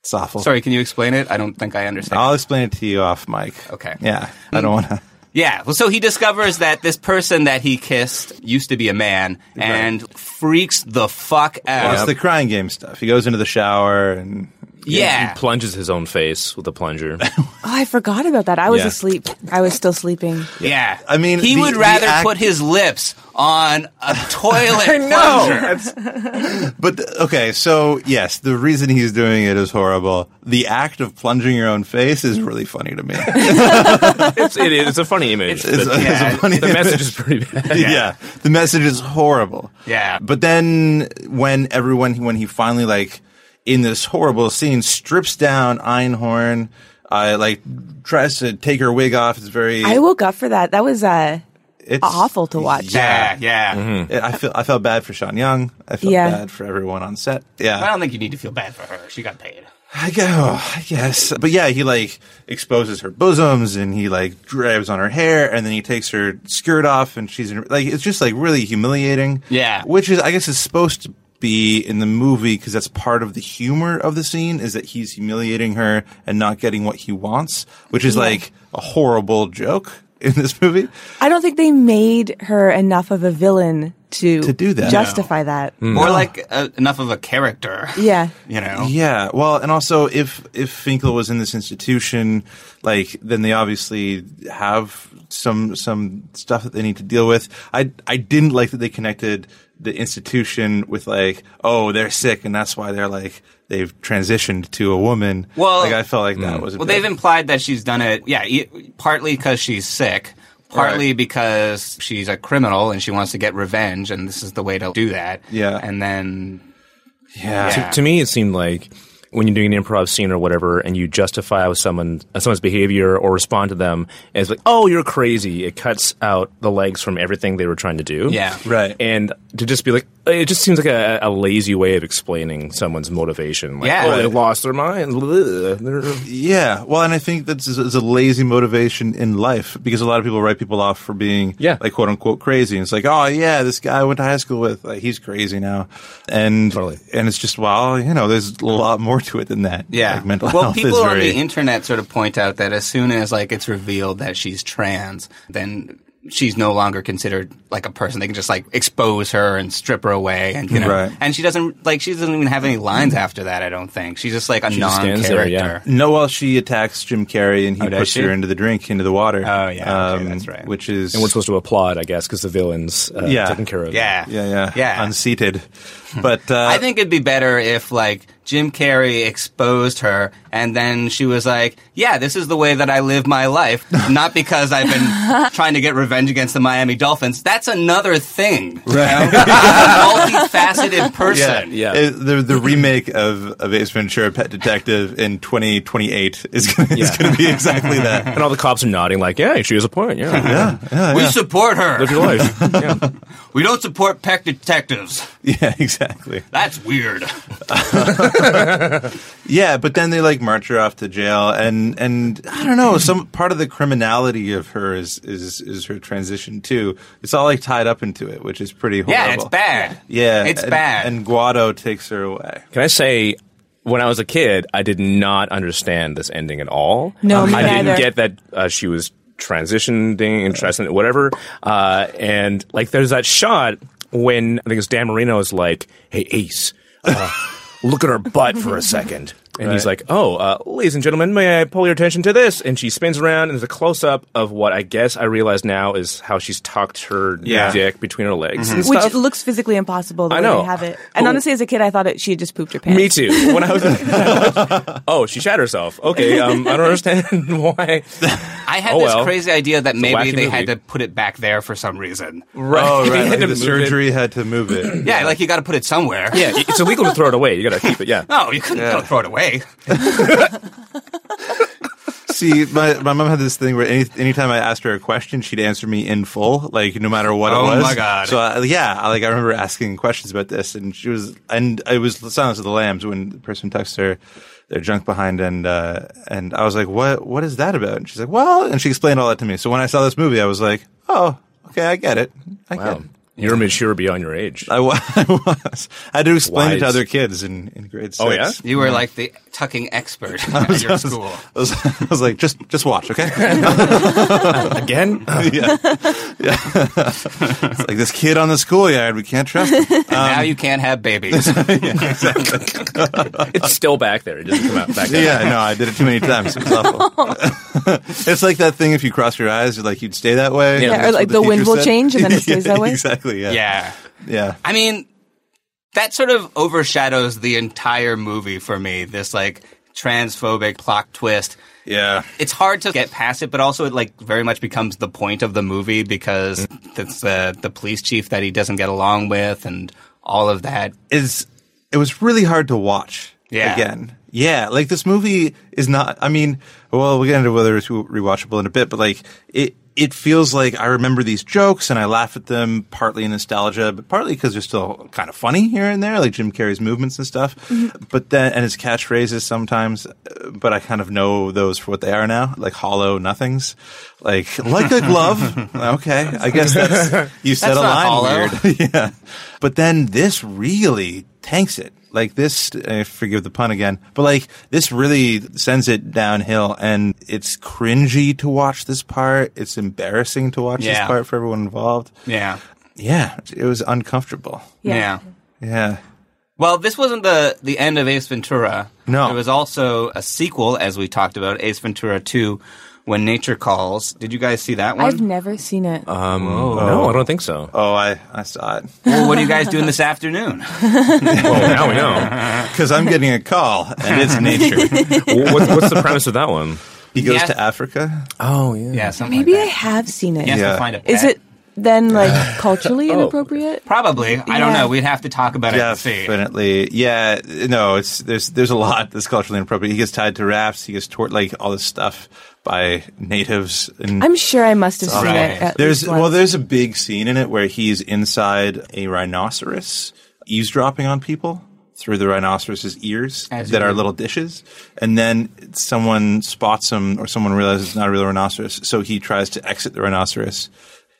It's awful. Sorry, can you explain it? I don't think I understand. I'll explain it to you off mic. Okay. Yeah. I don't want to. Yeah. Well, so he discovers that this person that he kissed used to be a man and freaks the fuck Well, it's out. the crying game stuff. He goes into the shower and Yeah. He plunges his own face with a plunger. Oh, I forgot about that. I was Yeah. asleep. I was still sleeping. yeah. I mean, he the- would the rather act- put his lips on a toilet. I know. plunger. But th- okay, so yes, the reason he's doing it is horrible. The act of plunging your own face is really funny to me. it's, it is, it's a funny image. It's- but it's a funny the image. message is pretty bad. yeah. the message is horrible. Yeah. But then when everyone, when he finally like in this horrible scene strips down Einhorn, uh, like tries to take her wig off. It's very I woke up for that. That was uh, It's- awful to watch. yeah. It- I feel I felt bad for Sean Young. I felt Yeah. bad for everyone on set. Yeah. I don't think you need to feel bad for her. She got paid. I go, I guess. But yeah, he like exposes her bosoms and he like grabs on her hair and then he takes her skirt off and she's in, like, it's just like really humiliating. Yeah. Which is, I guess, is supposed to be in the movie because that's part of the humor of the scene is that he's humiliating her and not getting what he wants, which is Yeah. like a horrible joke in this movie. I don't think they made her enough of a villain to To do that. justify that. Hmm. Or like uh, enough of a character. Yeah. You know? Yeah. Well, and also if if Finkel was in this institution, like then they obviously have some some stuff that they need to deal with. I I didn't like that they connected the institution with like oh they're sick and that's why they're like they've transitioned to a woman. Well- mm. like I felt like that was a Well, bit- they've implied that she's done it, yeah, e- partly because she's sick, partly because she's a criminal and she wants to get revenge, and this is the way to do that. Yeah. And then. To, to me, it seemed like when you're doing an improv scene or whatever, and you justify with someone uh, someone's behavior or respond to them, and it's like, oh, you're crazy. It cuts out the legs from everything they were trying to do. Yeah. right. And to just be like, it just seems like a, a lazy way of explaining someone's motivation. Like, Yeah. oh, they lost their mind. Bleh. They're- Yeah, well, and I think that's is is a lazy motivation in life because a lot of people write people off for being, yeah. like quote unquote crazy. And it's like, oh yeah, this guy I went to high school with, like, he's crazy now, and and it's just well, you know, there's a lot more to it than that. Yeah. like, mental well, health people is on very the internet sort of point out that as soon as like it's revealed that she's trans, then she's no longer considered like a person. They can just like expose her and strip her away, and you know, Right. and she doesn't like she doesn't even have any lines after that. I don't think she's just like a She just non stands character. there, yeah. No, well, she attacks Jim Carrey and he Oh, does puts she? her into the drink, into the water. Oh, yeah, okay, that's right. Which is and we're supposed to applaud, I guess, because the villain's uh, yeah, taken care of. Yeah. yeah, yeah, Yeah. unseated. But uh, I think it'd be better if like Jim Carrey exposed her and then she was like, "Yeah, this is the way that I live my life, not because I've been trying to get revenge against the Miami Dolphins. That's another thing." Right. multifaceted person. Yeah, It- the the remake of of Ace Ventura: Pet Detective in twenty twenty eight is going to be exactly that. And all the cops are nodding, like, yeah, she has a point. Yeah. Yeah, yeah, we yeah. support her. Live your life. We don't support peck detectives. Yeah, exactly. That's weird. yeah, but then they like march her off to jail, and and I don't know. Some part of the criminality of her is is is her transition too. It's all like tied up into it, which is pretty horrible. Yeah, it's bad. Yeah, It's and- bad. And Guado takes her away. Can I say, when I was a kid, I did not understand this ending at all. No, me I neither. didn't get that uh, she was transitioning and transitioning, whatever. Uh, and like, there's that shot when I think it's Dan Marino is like, "Hey, Ace, uh, look at her butt for a second. And he's Right. like, "Oh, uh, ladies and gentlemen, may I pull your attention to this?" And she spins around, and there's a close up of what I guess I realize now is how she's tucked her Yeah. Mm-hmm. dick between her legs and Which stuff. looks physically impossible the I way know. they have it. And Well- honestly, as a kid, I thought it, she had just pooped her pants. Me too. When I was, oh, she shat herself. Okay, um, I don't understand why. I had Oh, this well. crazy idea that It's a maybe wacky they had movie. to put it back there for some reason. Oh, right. They like had to the move it. surgery had to move it. Yeah, like you got to put it somewhere. Yeah, it's illegal to throw it away. You got to keep it. Yeah. No, you couldn't Yeah. throw it away. See, my, my mom had this thing where any anytime I asked her a question, she'd answer me in full, like no matter what it Oh, was. my God. So I, yeah, I, like I remember asking questions about this, and she was, and it was the Silence of the Lambs when the person tucks their their junk behind, and uh, and I was like, what what is that about? And she's like, well, and she explained all that to me. So when I saw this movie, I was like, oh, okay, I get it. I Wow. get it. You're mature beyond your age. I wa- I was. I had to explain it to Wise. other kids in, in grade six. Oh, yeah? You were like the tucking expert I at was, I your was- school. I was, I was like, just just watch, okay? Again? yeah. yeah. it's like this kid on the schoolyard, we can't trust him. And now you can't have babies. it's still back there. It doesn't come out back. Yeah, there. no, I did it too many times. It was awful. it's like that thing if you cross your eyes, like you'd stay that way. Yeah, or That's what like the wind teacher will change and then it stays that way. Exactly, yeah. yeah. Yeah. I mean, that sort of overshadows the entire movie for me. This like transphobic plot twist. Yeah. It's hard to get past it, but also it like very much becomes the point of the movie because Mm. it's the the police chief that he doesn't get along with and all of that. Is it was really hard to watch Yeah. again. Yeah, like this movie is not. I mean, well, we'll get into whether it's rewatchable in a bit, but like it, it feels like I remember these jokes and I laugh at them partly in nostalgia, but partly because they're still kind of funny here and there, like Jim Carrey's movements and stuff. Mm-hmm. But then, and his catchphrases sometimes, uh, but I kind of know those for what they are now, like hollow nothings, like like a glove. okay, I guess that's you said That's a not line hollow. weird. yeah. But then this really tanks it. Like this, uh, forgive the pun again, but like this really sends it downhill and it's cringy to watch this part. It's embarrassing to watch Yeah. this part for everyone involved. Yeah. Yeah. It was uncomfortable. Yeah. Yeah. Well, this wasn't the the end of Ace Ventura. No. There was also a sequel, as we talked about, Ace Ventura 2, When Nature Calls. Did you guys see that one? I've never seen it. Um, no, I don't think so. Oh, I, I saw it. well, what are you guys doing this afternoon? Well, now we know. Because I'm getting a call and it's nature. Wh- what, what's the premise of that one? he goes Yeah. to Africa. Oh yeah. Yeah, something Maybe like I have seen it. that. You have Yeah. to find a Is pet. it then like culturally Oh. inappropriate? Probably. I don't Yeah. know. We'd have to talk about it and see. Definitely, yeah. No, it's there's there's a lot that's culturally inappropriate. He gets tied to rafts. He gets tort like all this stuff by natives. And I'm sure I must have seen it. At there's least well, once. there's a big scene in it where he's inside a rhinoceros, eavesdropping on people through the rhinoceros's ears As that you are do. little dishes, and then someone spots him or someone realizes it's not a real rhinoceros, so he tries to exit the rhinoceros.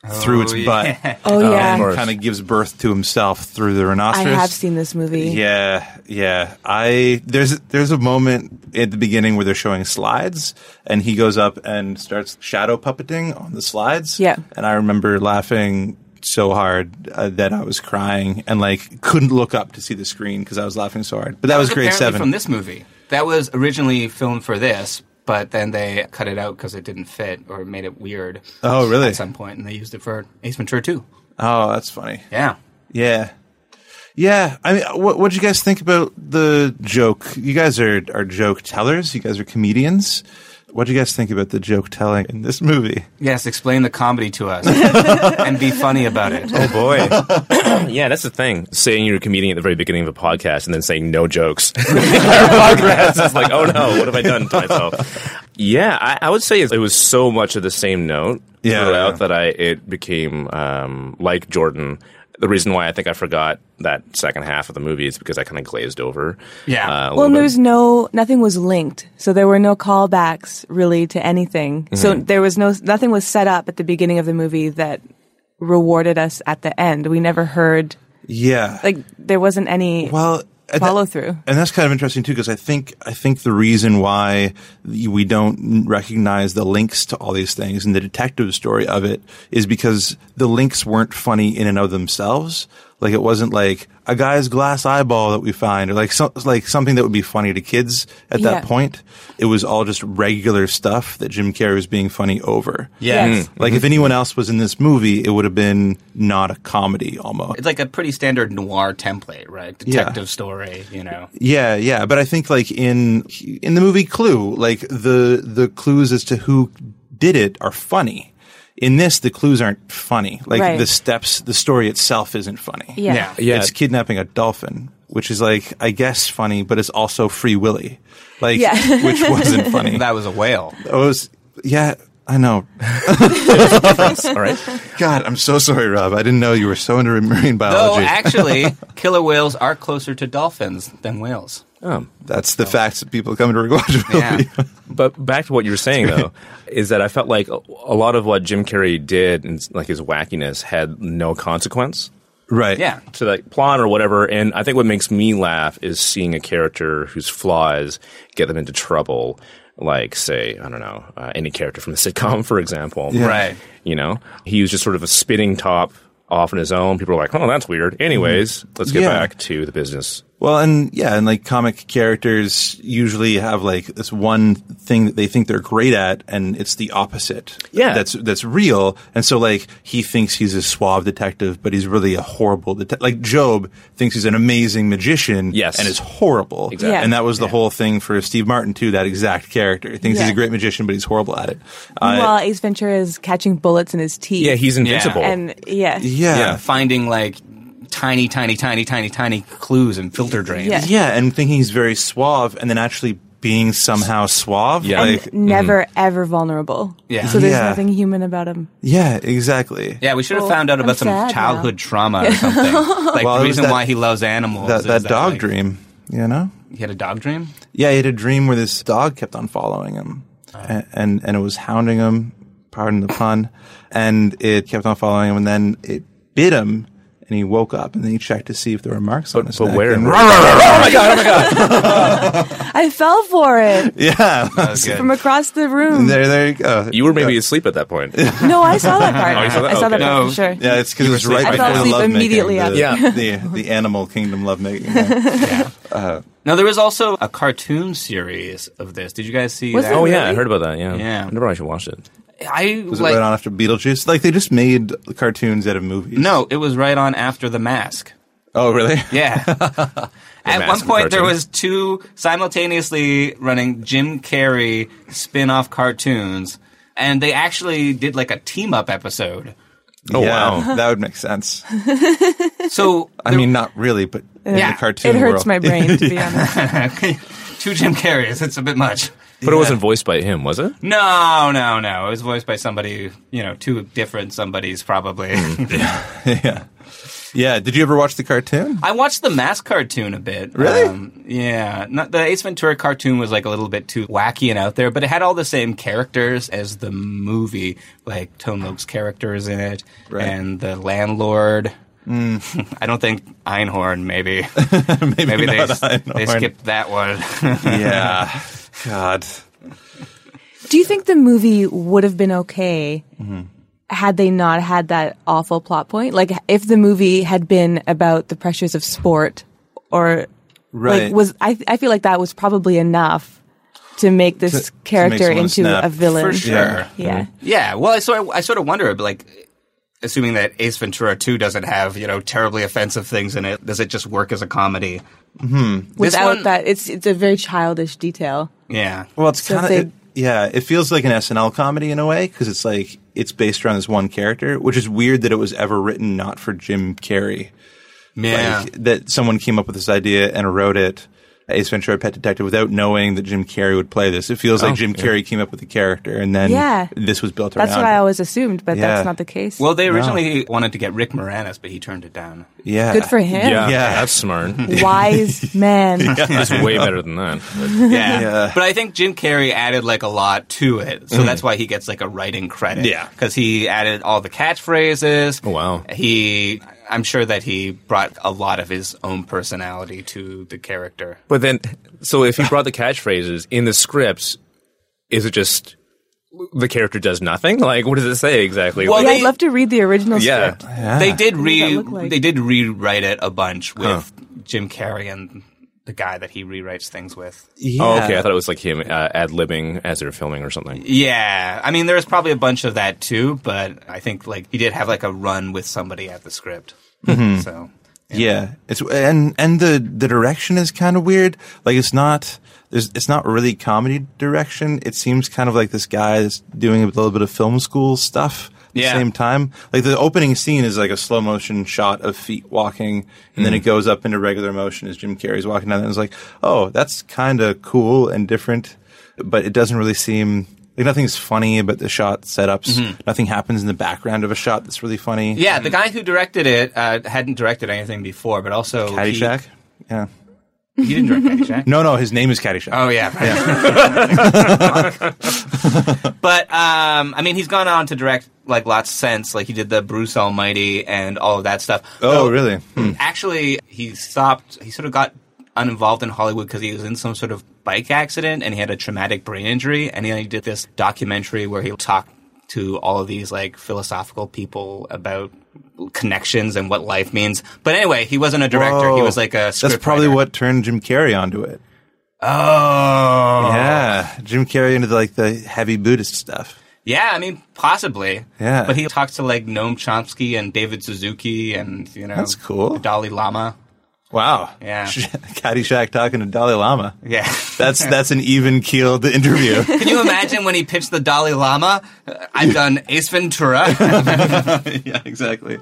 Through Oh, its yeah. butt, Oh, yeah. Of and course. kind of gives birth to himself through the I rhinoceros. have seen this movie. Yeah, yeah. I there's there's a moment at the beginning where they're showing slides, and he goes up and starts shadow puppeting on the slides. Yeah. and I remember laughing so hard uh, that I was crying and like couldn't look up to see the screen because I was laughing so hard. But that was grade apparently seven from this movie. That was originally filmed for this, but then they cut it out because it didn't fit or made it weird. Oh, really? At some point, and they used it for Ace Ventura 2. Oh, that's funny. Yeah. Yeah. Yeah, I mean, uh, what what did you guys think about the joke? You guys are are joke tellers. You guys are comedians. What do you guys think about the joke telling in this movie? Yes, explain the comedy to us and be funny about it. Oh boy. yeah, that's the thing. Saying you're a comedian at the very beginning of a podcast and then saying no jokes. Our podcast is like, oh no, what have I done to myself? Yeah, I, I would say it was so much of the same note Yeah. throughout that I it became um, like Jordan. The reason why I think I forgot that second half of the movie is because I kind of glazed over. Yeah. Uh, a Well, little and bit. there was no nothing was linked, so there were no callbacks really to anything. So Mhm. there was no nothing was set up at the beginning of the movie that rewarded us at the end. We never heard Yeah, like there wasn't any well follow through. And that's kind of interesting too, because I think I think the reason why we don't recognize the links to all these things and the detective story of it is because the links weren't funny in and of themselves. Like it wasn't like a guy's glass eyeball that we find, or like some, like something that would be funny to kids at Yeah. that point. It was all just regular stuff that Jim Carrey was being funny over. Yes. Mhm. like if anyone else was in this movie, it would have been not a comedy almost. It's like a pretty standard noir template, right? Yeah. Detective story, you know. Yeah, yeah, but I think like in in the movie Clue, like the the clues as to who did it are funny. In this, the clues aren't funny. Like Right. the steps, the story itself isn't funny. Yeah. Yeah. Yeah. It's kidnapping a dolphin, which is like I guess funny, but it's also Free Willy, like Yeah. which wasn't funny. That was a whale. It was yeah. I know. All right. God, I'm so sorry, Rob. I didn't know you were so into marine Though, biology. actually, killer whales are closer to dolphins than whales. Oh. that's the facts that people come to rewatchability. but back to what you were saying though is that I felt like a, a lot of what Jim Carrey did and like his wackiness had no consequence. Right. Yeah. To like plot or whatever. And I think what makes me laugh is seeing a character whose flaws get them into trouble. Like, say, I don't know, uh, any character from the sitcom, for example. Yeah. Right. You know, he was just sort of a spitting top off on his own. People are like, oh, that's weird. Anyways, let's get Yeah. back to the business. Well, and yeah, and like comic characters usually have like this one thing that they think they're great at, and it's the opposite. Yeah. that's that's real. And so like he thinks he's a suave detective, but he's really a horrible detective. Like Job thinks he's an amazing magician, Yes. and is horrible. Exactly. Yeah. And that was the whole thing for Steve Martin too. That exact character he thinks Yeah. he's a great magician, but he's horrible at it. Uh, Meanwhile, Ace Ventura is catching bullets in his teeth. Yeah, he's invincible. And yeah, Finding like tiny, tiny, tiny, tiny, tiny clues and filter drains. Yeah. and thinking he's very suave, and then actually being somehow suave. Yeah. like, never ever vulnerable. Yeah. So there's Yeah. nothing human about him. Yeah, exactly. Yeah, we should have Well, found out about I'm sad some now. childhood trauma or something. Like Well, it the was reason that- why he loves animals. That is that dog like, dream, you know. He had a dog dream. Yeah, he had a dream where this dog kept on following him, and, and and it was hounding him. Pardon the pun. And it kept on following him, and then it bit him, and he woke up, and then he checked to see if there were marks on his but neck, where and- in- Oh my God, oh my I fell for it yeah, from across the room. there, there you go. You were maybe asleep at that point. No, I saw that part. Oh, you saw that? I saw that Okay. part No. for sure. Yeah, it's because You it were was right asleep. I fell before the asleep lovemaking, immediately the, after. Yeah. the the animal kingdom lovemaking. Uh, Now there was also a cartoon series of this. Did you guys see that? oh yeah, I heard about that. Yeah, Yeah. I never actually watched it. I was like it right on after Beetlejuice? Like they just made cartoons out of movies. no, it was right on after the mask. Oh really? Yeah. At one mask point, there cartoon. was two simultaneously running Jim Carrey spin-off cartoons, and they actually did like a team-up episode Oh, Yeah, wow. that would make sense. So I mean, not really, but in the cartoon world. honest. Two Jim Carreys, it's a bit much. But it wasn't voiced by him, was it? No, no, no. It was voiced by somebody, you know, two different somebodies probably. Hmm. yeah, yeah. Did you ever watch the cartoon? I watched the Mask cartoon a bit. Really? Um, yeah. Not, the Ace Ventura cartoon was like a little bit too wacky and out there, but it had all the same characters as the movie. Like Tone Loke's character is in it, and the landlord. I don't think Einhorn. Maybe. maybe they Mm. not s- they Einhorn. skipped that one. yeah, God. Do you think the movie would have been okay had they not had that awful plot point? Like, if the movie had been about the pressures of sport, or Right. like, was I? I feel like that was probably enough to make To- this to make character someone into snap. a villain. For sure. yeah. Yeah. Well, I sort of, I sort of wonder, but like, assuming that Ace Ventura 2 doesn't have, you know, terribly offensive things in it, does it just work as a comedy? Hmm. Without that, it's it's a very childish detail. Yeah. Well, it's So kind of they- it, yeah. It feels like an SNL comedy in a way because it's like it's based around this one character, which is weird that it was ever written not for Jim Carrey. Yeah. Like, that someone came up with this idea and wrote it. Ace Ventura: Pet Detective without knowing that Jim Carrey would play this. It feels Oh, like Jim yeah. Carrey came up with the character and then Yeah. this was built That's around. what I it. always assumed, but Yeah. that's not the case. Well, they originally wanted to get Rick Moranis, but he turned it down. yeah. Good for him. Yeah, Yeah. that's smart. wise man. It's way better than that. Yeah. But I think Jim Carrey added like a lot to it. So Mm. that's why he gets like a writing credit. Yeah. Oh, Because he added all the catchphrases. wow. He, I'm sure that he brought a lot of his own personality to the character. But then, so if you brought the catchphrases in the scripts, is it just the character does nothing? Like, what does it say exactly? yeah, like, I'd love to read the original yeah. Oh, script. They did re look like? they did rewrite it a bunch with Jim Carrey and the guy that he rewrites things with. Oh, okay. I thought it was like him uh, ad libbing as they were filming or something. Yeah, I mean, there was probably a bunch of that too, but I think like he did have like a run with somebody at the script. Mhm. So Yeah. it's and and the the direction is kind of weird. Like it's not there's it's not really comedy direction. It seems kind of like this guy is doing a little bit of film school stuff. At Yeah. the same time, like the opening scene is like a slow motion shot of feet walking, and then Mm. it goes up into regular motion as Jim Carrey's walking down. And it's like, oh, that's kind of cool and different, but it doesn't really seem like nothing's funny about the shot setups. Mhm. Nothing happens in the background of a shot that's really funny. yeah, the guy who directed it uh, hadn't directed anything before, but also he- Caddyshack. Yeah. He, didn't direct Caddyshack. No, no, his name is Caddyshack. Oh yeah. but um, I mean, he's gone on to direct like lots since. Like he did the Bruce Almighty and all of that stuff. Oh, Though, really? Hmm. Actually, he stopped. He sort of got uninvolved in Hollywood because he was in some sort of bike accident and he had a traumatic brain injury. And he did this documentary where he talked to all of these like philosophical people about connections and what life means. But anyway, he wasn't a director. He Whoa. was like a That's script probably what turned Jim Carrey onto it. Oh. Yeah. Jim Carrey into like the heavy Buddhist stuff. Yeah, I mean, possibly. Yeah. But he talks to like Noam Chomsky and David Suzuki and, you know, That's cool. the Dalai Lama. Wow. Yeah. Caddyshack talking to Dalai Lama. Yeah. That's that's an even keeled interview. Can you imagine when he pitched the Dalai Lama? Uh, I've done Ace Ventura. yeah, exactly.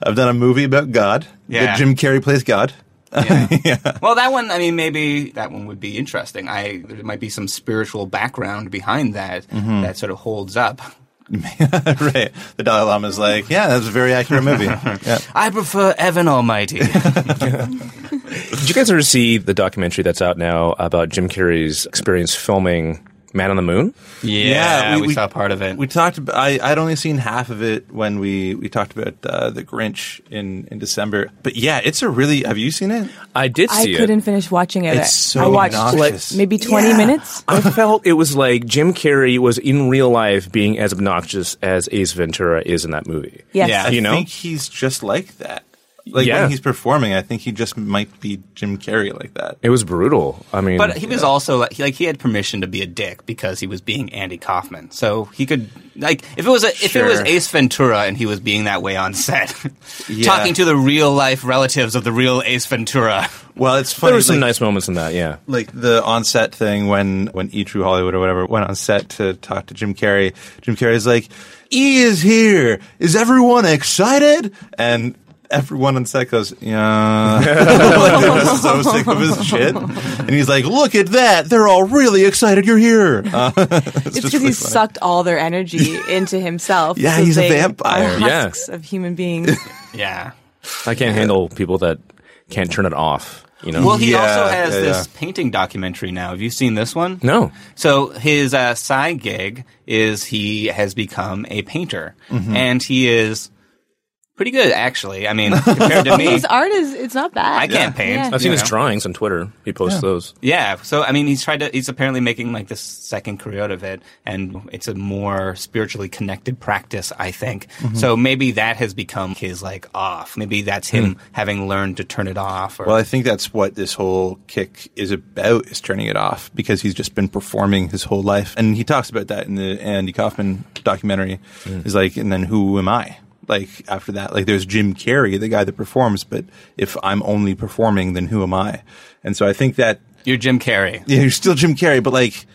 I've done a movie about God. Yeah. That Jim Carrey plays God. Well, that one, I mean, maybe that one would be interesting. I There might be some spiritual background behind that Mhm. that sort of holds up. right. The Dalai Lama's like, yeah, that was a very accurate movie. Yeah. I prefer Evan Almighty. Did you guys ever see the documentary that's out now about Jim Carrey's experience filming Man on the Moon? part of it. We talked. About, I I'd only seen half of it when we we talked about uh, the Grinch in in December. But yeah, it's a really. Have you seen it? I did I couldn't finish watching it. It's I so watched obnoxious. maybe 20 minutes. I felt it was like Jim Carrey was in real life being as obnoxious as Ace Ventura is in that movie. Yes. Yeah. I you know, think he's just like that. Like Yeah. when he's performing, I think he just might be Jim Carrey like that. It was brutal. I mean, But he was also like he, like he had permission to be a dick because he was being Andy Kaufman, so he could like if it was a, if it was Sure. Ace Ventura and he was being that way on set, Yeah. talking to the real life relatives of the real Ace Ventura. Well, it's there were some nice moments in that. Yeah, like the on-set thing when when E True Hollywood or whatever went on set to talk to Jim Carrey. Jim Carrey's like, "E is here. Is everyone excited?" And everyone on set goes, "Yeah." like, they're just so sick of his shit. And he's like, "Look at that. They're all really excited. You're here." Uh, It's just because really he funny. sucked all their energy into himself. Yeah, so he's a they vampire. are Yeah. husks of human beings. yeah. I can't handle people that can't turn it off. You know. Well, he also has this painting documentary now. Have you seen this one? No. So his uh, side gig is he has become a painter, Mhm. and he is pretty good actually. I mean, compared to me, His art is it's not bad. I can't paint. Yeah. I've seen you his know. drawings on Twitter. He posts Yeah. those. Yeah. So I mean, he's tried to. He's apparently making like this second career out of it, and it's a more spiritually connected practice, I think. Mm-hmm. Mhm. So maybe that has become his like off. Maybe that's Hmm. him having learned to turn it off. Or Well, I think that's what this whole kick is about is turning it off because he's just been performing his whole life. And he talks about that in the Andy Kaufman documentary. Mm. He's like, and then who am I? Like after that, like there's Jim Carrey, the guy that performs, but if I'm only performing, then who am I? And so I think that you're Jim Carrey. Yeah, you're still Jim Carrey, but like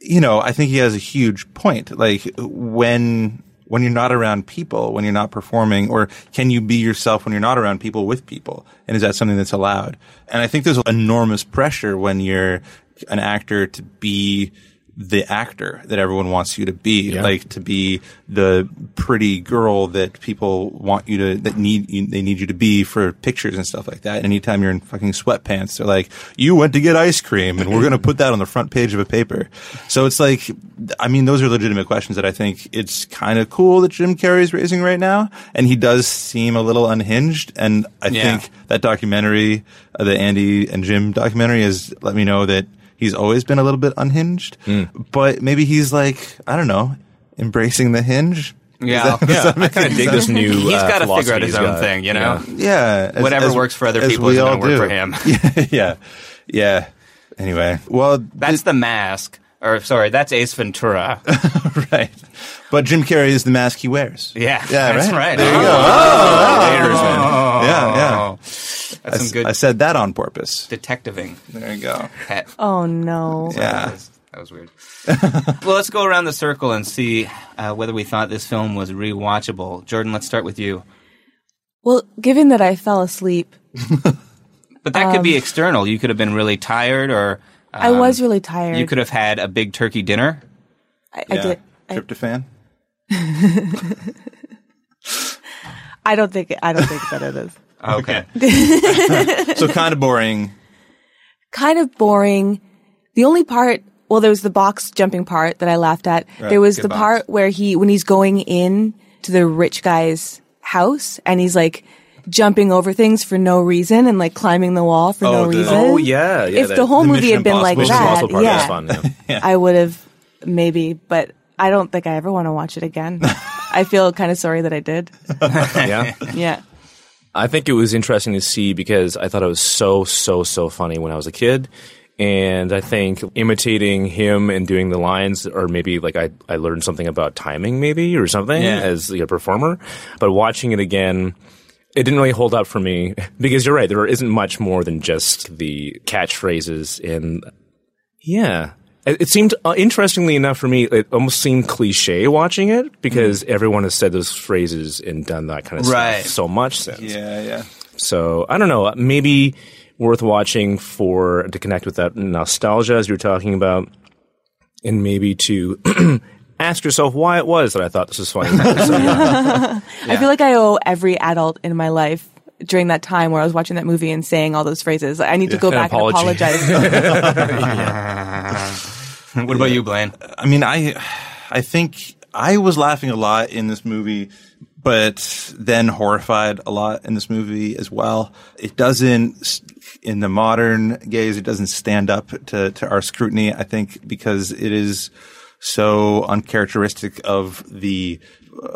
you know, I think he has a huge point. Like when when you're not around people, when you're not performing, or can you be yourself when you're not around people with people? And is that something that's allowed? And I think there's enormous pressure when you're an actor to be the actor that everyone wants you to be, like to be the pretty girl that people want you to that need you, they need you to be for pictures and stuff like that. Anytime you're in fucking sweatpants, they're like, "You went to get ice cream, and we're going to put that on the front page of a paper." So it's like, I mean, those are legitimate questions that I think it's kind of cool that Jim Carrey's raising right now, and he does seem a little unhinged. And I Yeah. think that documentary, uh, the Andy and Jim documentary, has let me know that he's always been a little bit unhinged, Hmm. but maybe he's like, I don't know, embracing the hinge. Yeah, Does that- does that I make kind of any dig sense? this new. uh, He's uh, got to figure out his own thing, you know. Yeah, as- whatever as- works for other as people we isn't all going to work for do. him. yeah, yeah. Anyway, well, that's the mask. Or sorry, that's Ace Ventura. right. But Jim Carrey is the mask he wears. Yeah, yeah, that's right. There you go. Oh. Haters, man. Oh. Yeah, yeah. That's I, s- some good I said that on purpose. detectiving. There you go. Pet. Oh no. Yeah. That was weird. well, let's go around the circle and see uh, whether we thought this film was rewatchable. Jordan, let's start with you. Well, given that I fell asleep, But that could be external. You could have been really tired, or I um, was really tired. You could have had a big turkey dinner. I, I did. I, Tryptophan. I don't think. I don't think that it is. Okay. so kind of boring. kind of boring. The only part, well, there was the box jumping part that I laughed at. Right, there was good the box. part where he, when he's going in to the rich guy's house and he's like jumping over things for no reason and like climbing the wall for no reason. oh yeah, yeah. if that- the whole movie had been like Mission that, Impossible part yeah, was fun, yeah. I would have maybe, but I don't think I ever want to watch it again. I feel kind of sorry that I did. yeah. Yeah. I think it was interesting to see because I thought it was so, so, so funny when I was a kid. And I think imitating him and doing the lines, or maybe like I, I learned something about timing, maybe, or something Yeah. as like, a performer. But watching it again, it didn't really hold up for me because you're right. There isn't much more than just the catchphrases and yeah. It it seemed, uh, interestingly enough for me, it almost seemed cliche watching it because everyone has said those phrases and done that kind of Mm. Right. stuff so much since. Yeah, yeah. So I don't know. Maybe worth watching for to connect with that nostalgia as you were talking about, and maybe to ask yourself why it was that I thought this was funny. So, yeah. I feel like I owe every adult in my life during that time where I was watching that movie and saying all those phrases. I need to Yeah. go An back apology. and apologize. What about you, Blaine? I mean, I, I think I was laughing a lot in this movie, but then horrified a lot in this movie as well. It doesn't, in the modern gaze, it doesn't stand up to, to our scrutiny, I think, because it is so uncharacteristic of the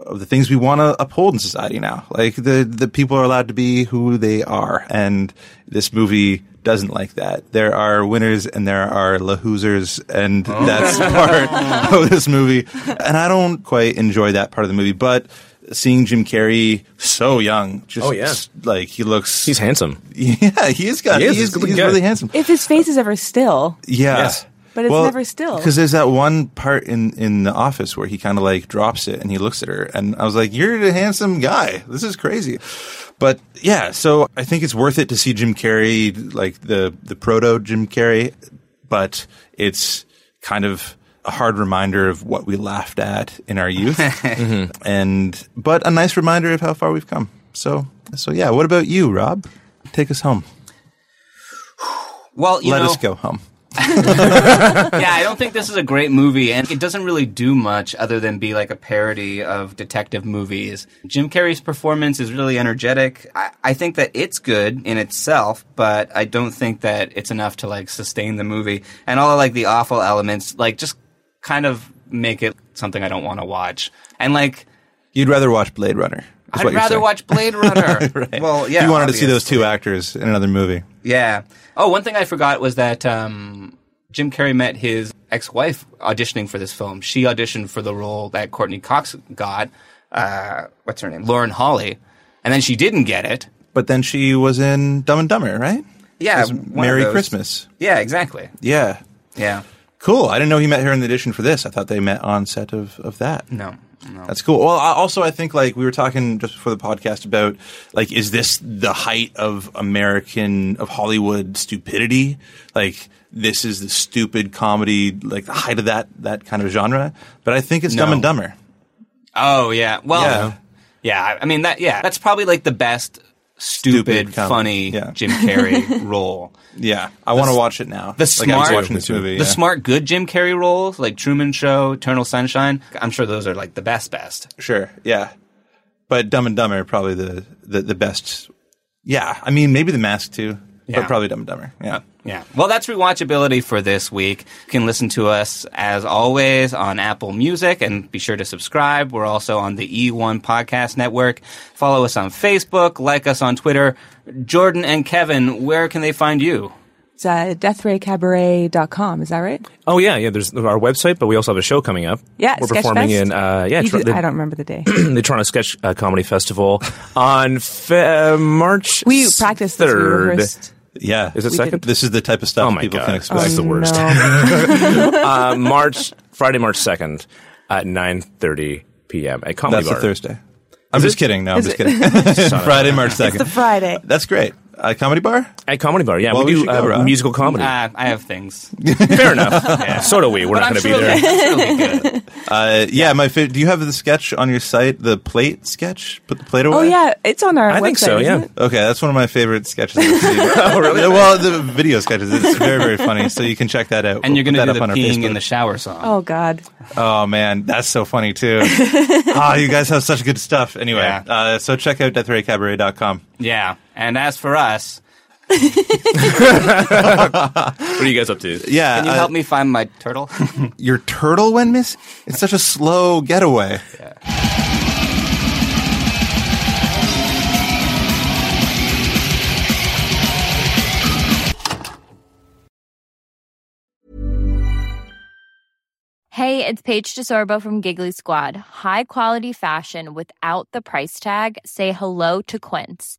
of the things we want to uphold in society now. Like the the people are allowed to be who they are, and this movie doesn't like that. There are winners and there are losers, and Oh. that's part of this movie. And I don't quite enjoy that part of the movie, but seeing Jim Carrey so young, just Oh, yeah. like he looks, he's handsome. Yeah, he's got He he is. is, He's a good he's guy. really handsome. If his face is ever still, Yeah. But it's never still. Because there's that one part in, in the office where he kind of like drops it and he looks at her. And I was like, you're a handsome guy. This is crazy. But yeah, so I think it's worth it to see Jim Carrey, like the, the proto Jim Carrey, but it's kind of a hard reminder of what we laughed at in our youth. Mm-hmm. And, but a nice reminder of how far we've come. So, so yeah, what about you, Rob? Take us home. Well, you Let know, us go home. yeah, I don't think this is a great movie, and it doesn't really do much other than be like a parody of detective movies. Jim Carrey's performance is really energetic. I, I think that it's good in itself, but I don't think that it's enough to like sustain the movie. And all of, like the awful elements, like just kind of make it something I don't want to watch. And like, You'd rather watch Blade Runner. is I'd what you're rather saying. watch Blade Runner. Right. Well, yeah, If you wanted to see obviously. those two actors in another movie. Yeah. Oh, one thing I forgot was that um, Jim Carrey met his ex-wife auditioning for this film. She auditioned for the role that Courtney Cox got. Uh, what's her name? Lauren Hawley. And then she didn't get it. But then she was in Dumb and Dumber, right? Yeah. It's one of Merry those. Christmas. Yeah, exactly. Yeah. Yeah. Cool. I didn't know he met her in the audition for this. I thought they met on set of, of that. No. That's cool. Well, I, also, I think like we were talking just before the podcast about like, is this the height of American of Hollywood stupidity? Like, this is the stupid comedy, like the height of that that kind of genre. But I think it's No. Dumb and Dumber. Oh, yeah. Well, Yeah. yeah. I- I mean, that, yeah, that's probably like the best stupid, comedy. funny Yeah. Jim Carrey role. Yeah, I want to watch it now. The Like, I was smart, watching this movie, the yeah. smart, good Jim Carrey roles like Truman Show, Eternal Sunshine. I'm sure those are like the best, best. Sure. Yeah. But Dumb and Dumber probably the the, the best. Yeah. I mean, maybe The Mask too, Yeah. but probably Dumb and Dumber. Yeah. Yeah. Well, that's rewatchability for this week. You can listen to us as always on Apple Music and be sure to subscribe. We're also on the E1 Podcast Network. Follow us on Facebook, like us on Twitter. Jordan and Kevin, where can they find you? it's uh, deathraycabaret.com. Is that right? Oh yeah, yeah. There's our website, but we also have a show coming up. Yeah, we're performing Sketchfest. in uh, yeah, You Tro- did- the, I don't remember the day. the Toronto Sketch uh, Comedy Festival on fe- uh, March. We practiced this, we third. rehearsed. Yeah. Is it We second? did. This is the type of stuff oh my people God. can Um, expect. This is the worst. uh, March Friday, March second at nine thirty p.m. at Comedy That's Bar. a Thursday. I'm just kidding. No, I'm Is just it? kidding. Son of a- Friday, March It's the second. Friday. That's great. At comedy bar. At comedy bar. Yeah, Well, we, we do should go, uh, Rob. musical comedy. Uh, I have things. Fair enough. So do we. We're not I'm going to be sure there. it'll it'll be good. Uh, yeah, my favorite. Do you have the sketch on your site? The plate sketch. Put the plate away. Oh yeah, it's on our I website. think so, isn't yeah. it? Okay, that's one of my favorite sketches. I've seen. Oh, Yeah, Well, the video sketches. It's very, very funny. So you can check that out. And you're going to to do the peeing in the shower song. Oh God. Oh man, that's so funny too. Ah, you guys have such good stuff. Anyway, Yeah. uh, so check out deathraycabaret.com. Yeah. And as for us, What are you guys up to? Yeah, can you uh, help me find my turtle? your turtle went miss. It's such a slow getaway. Hey, it's Paige DeSorbo from Giggly Squad. High quality fashion without the price tag. Say hello to Quince.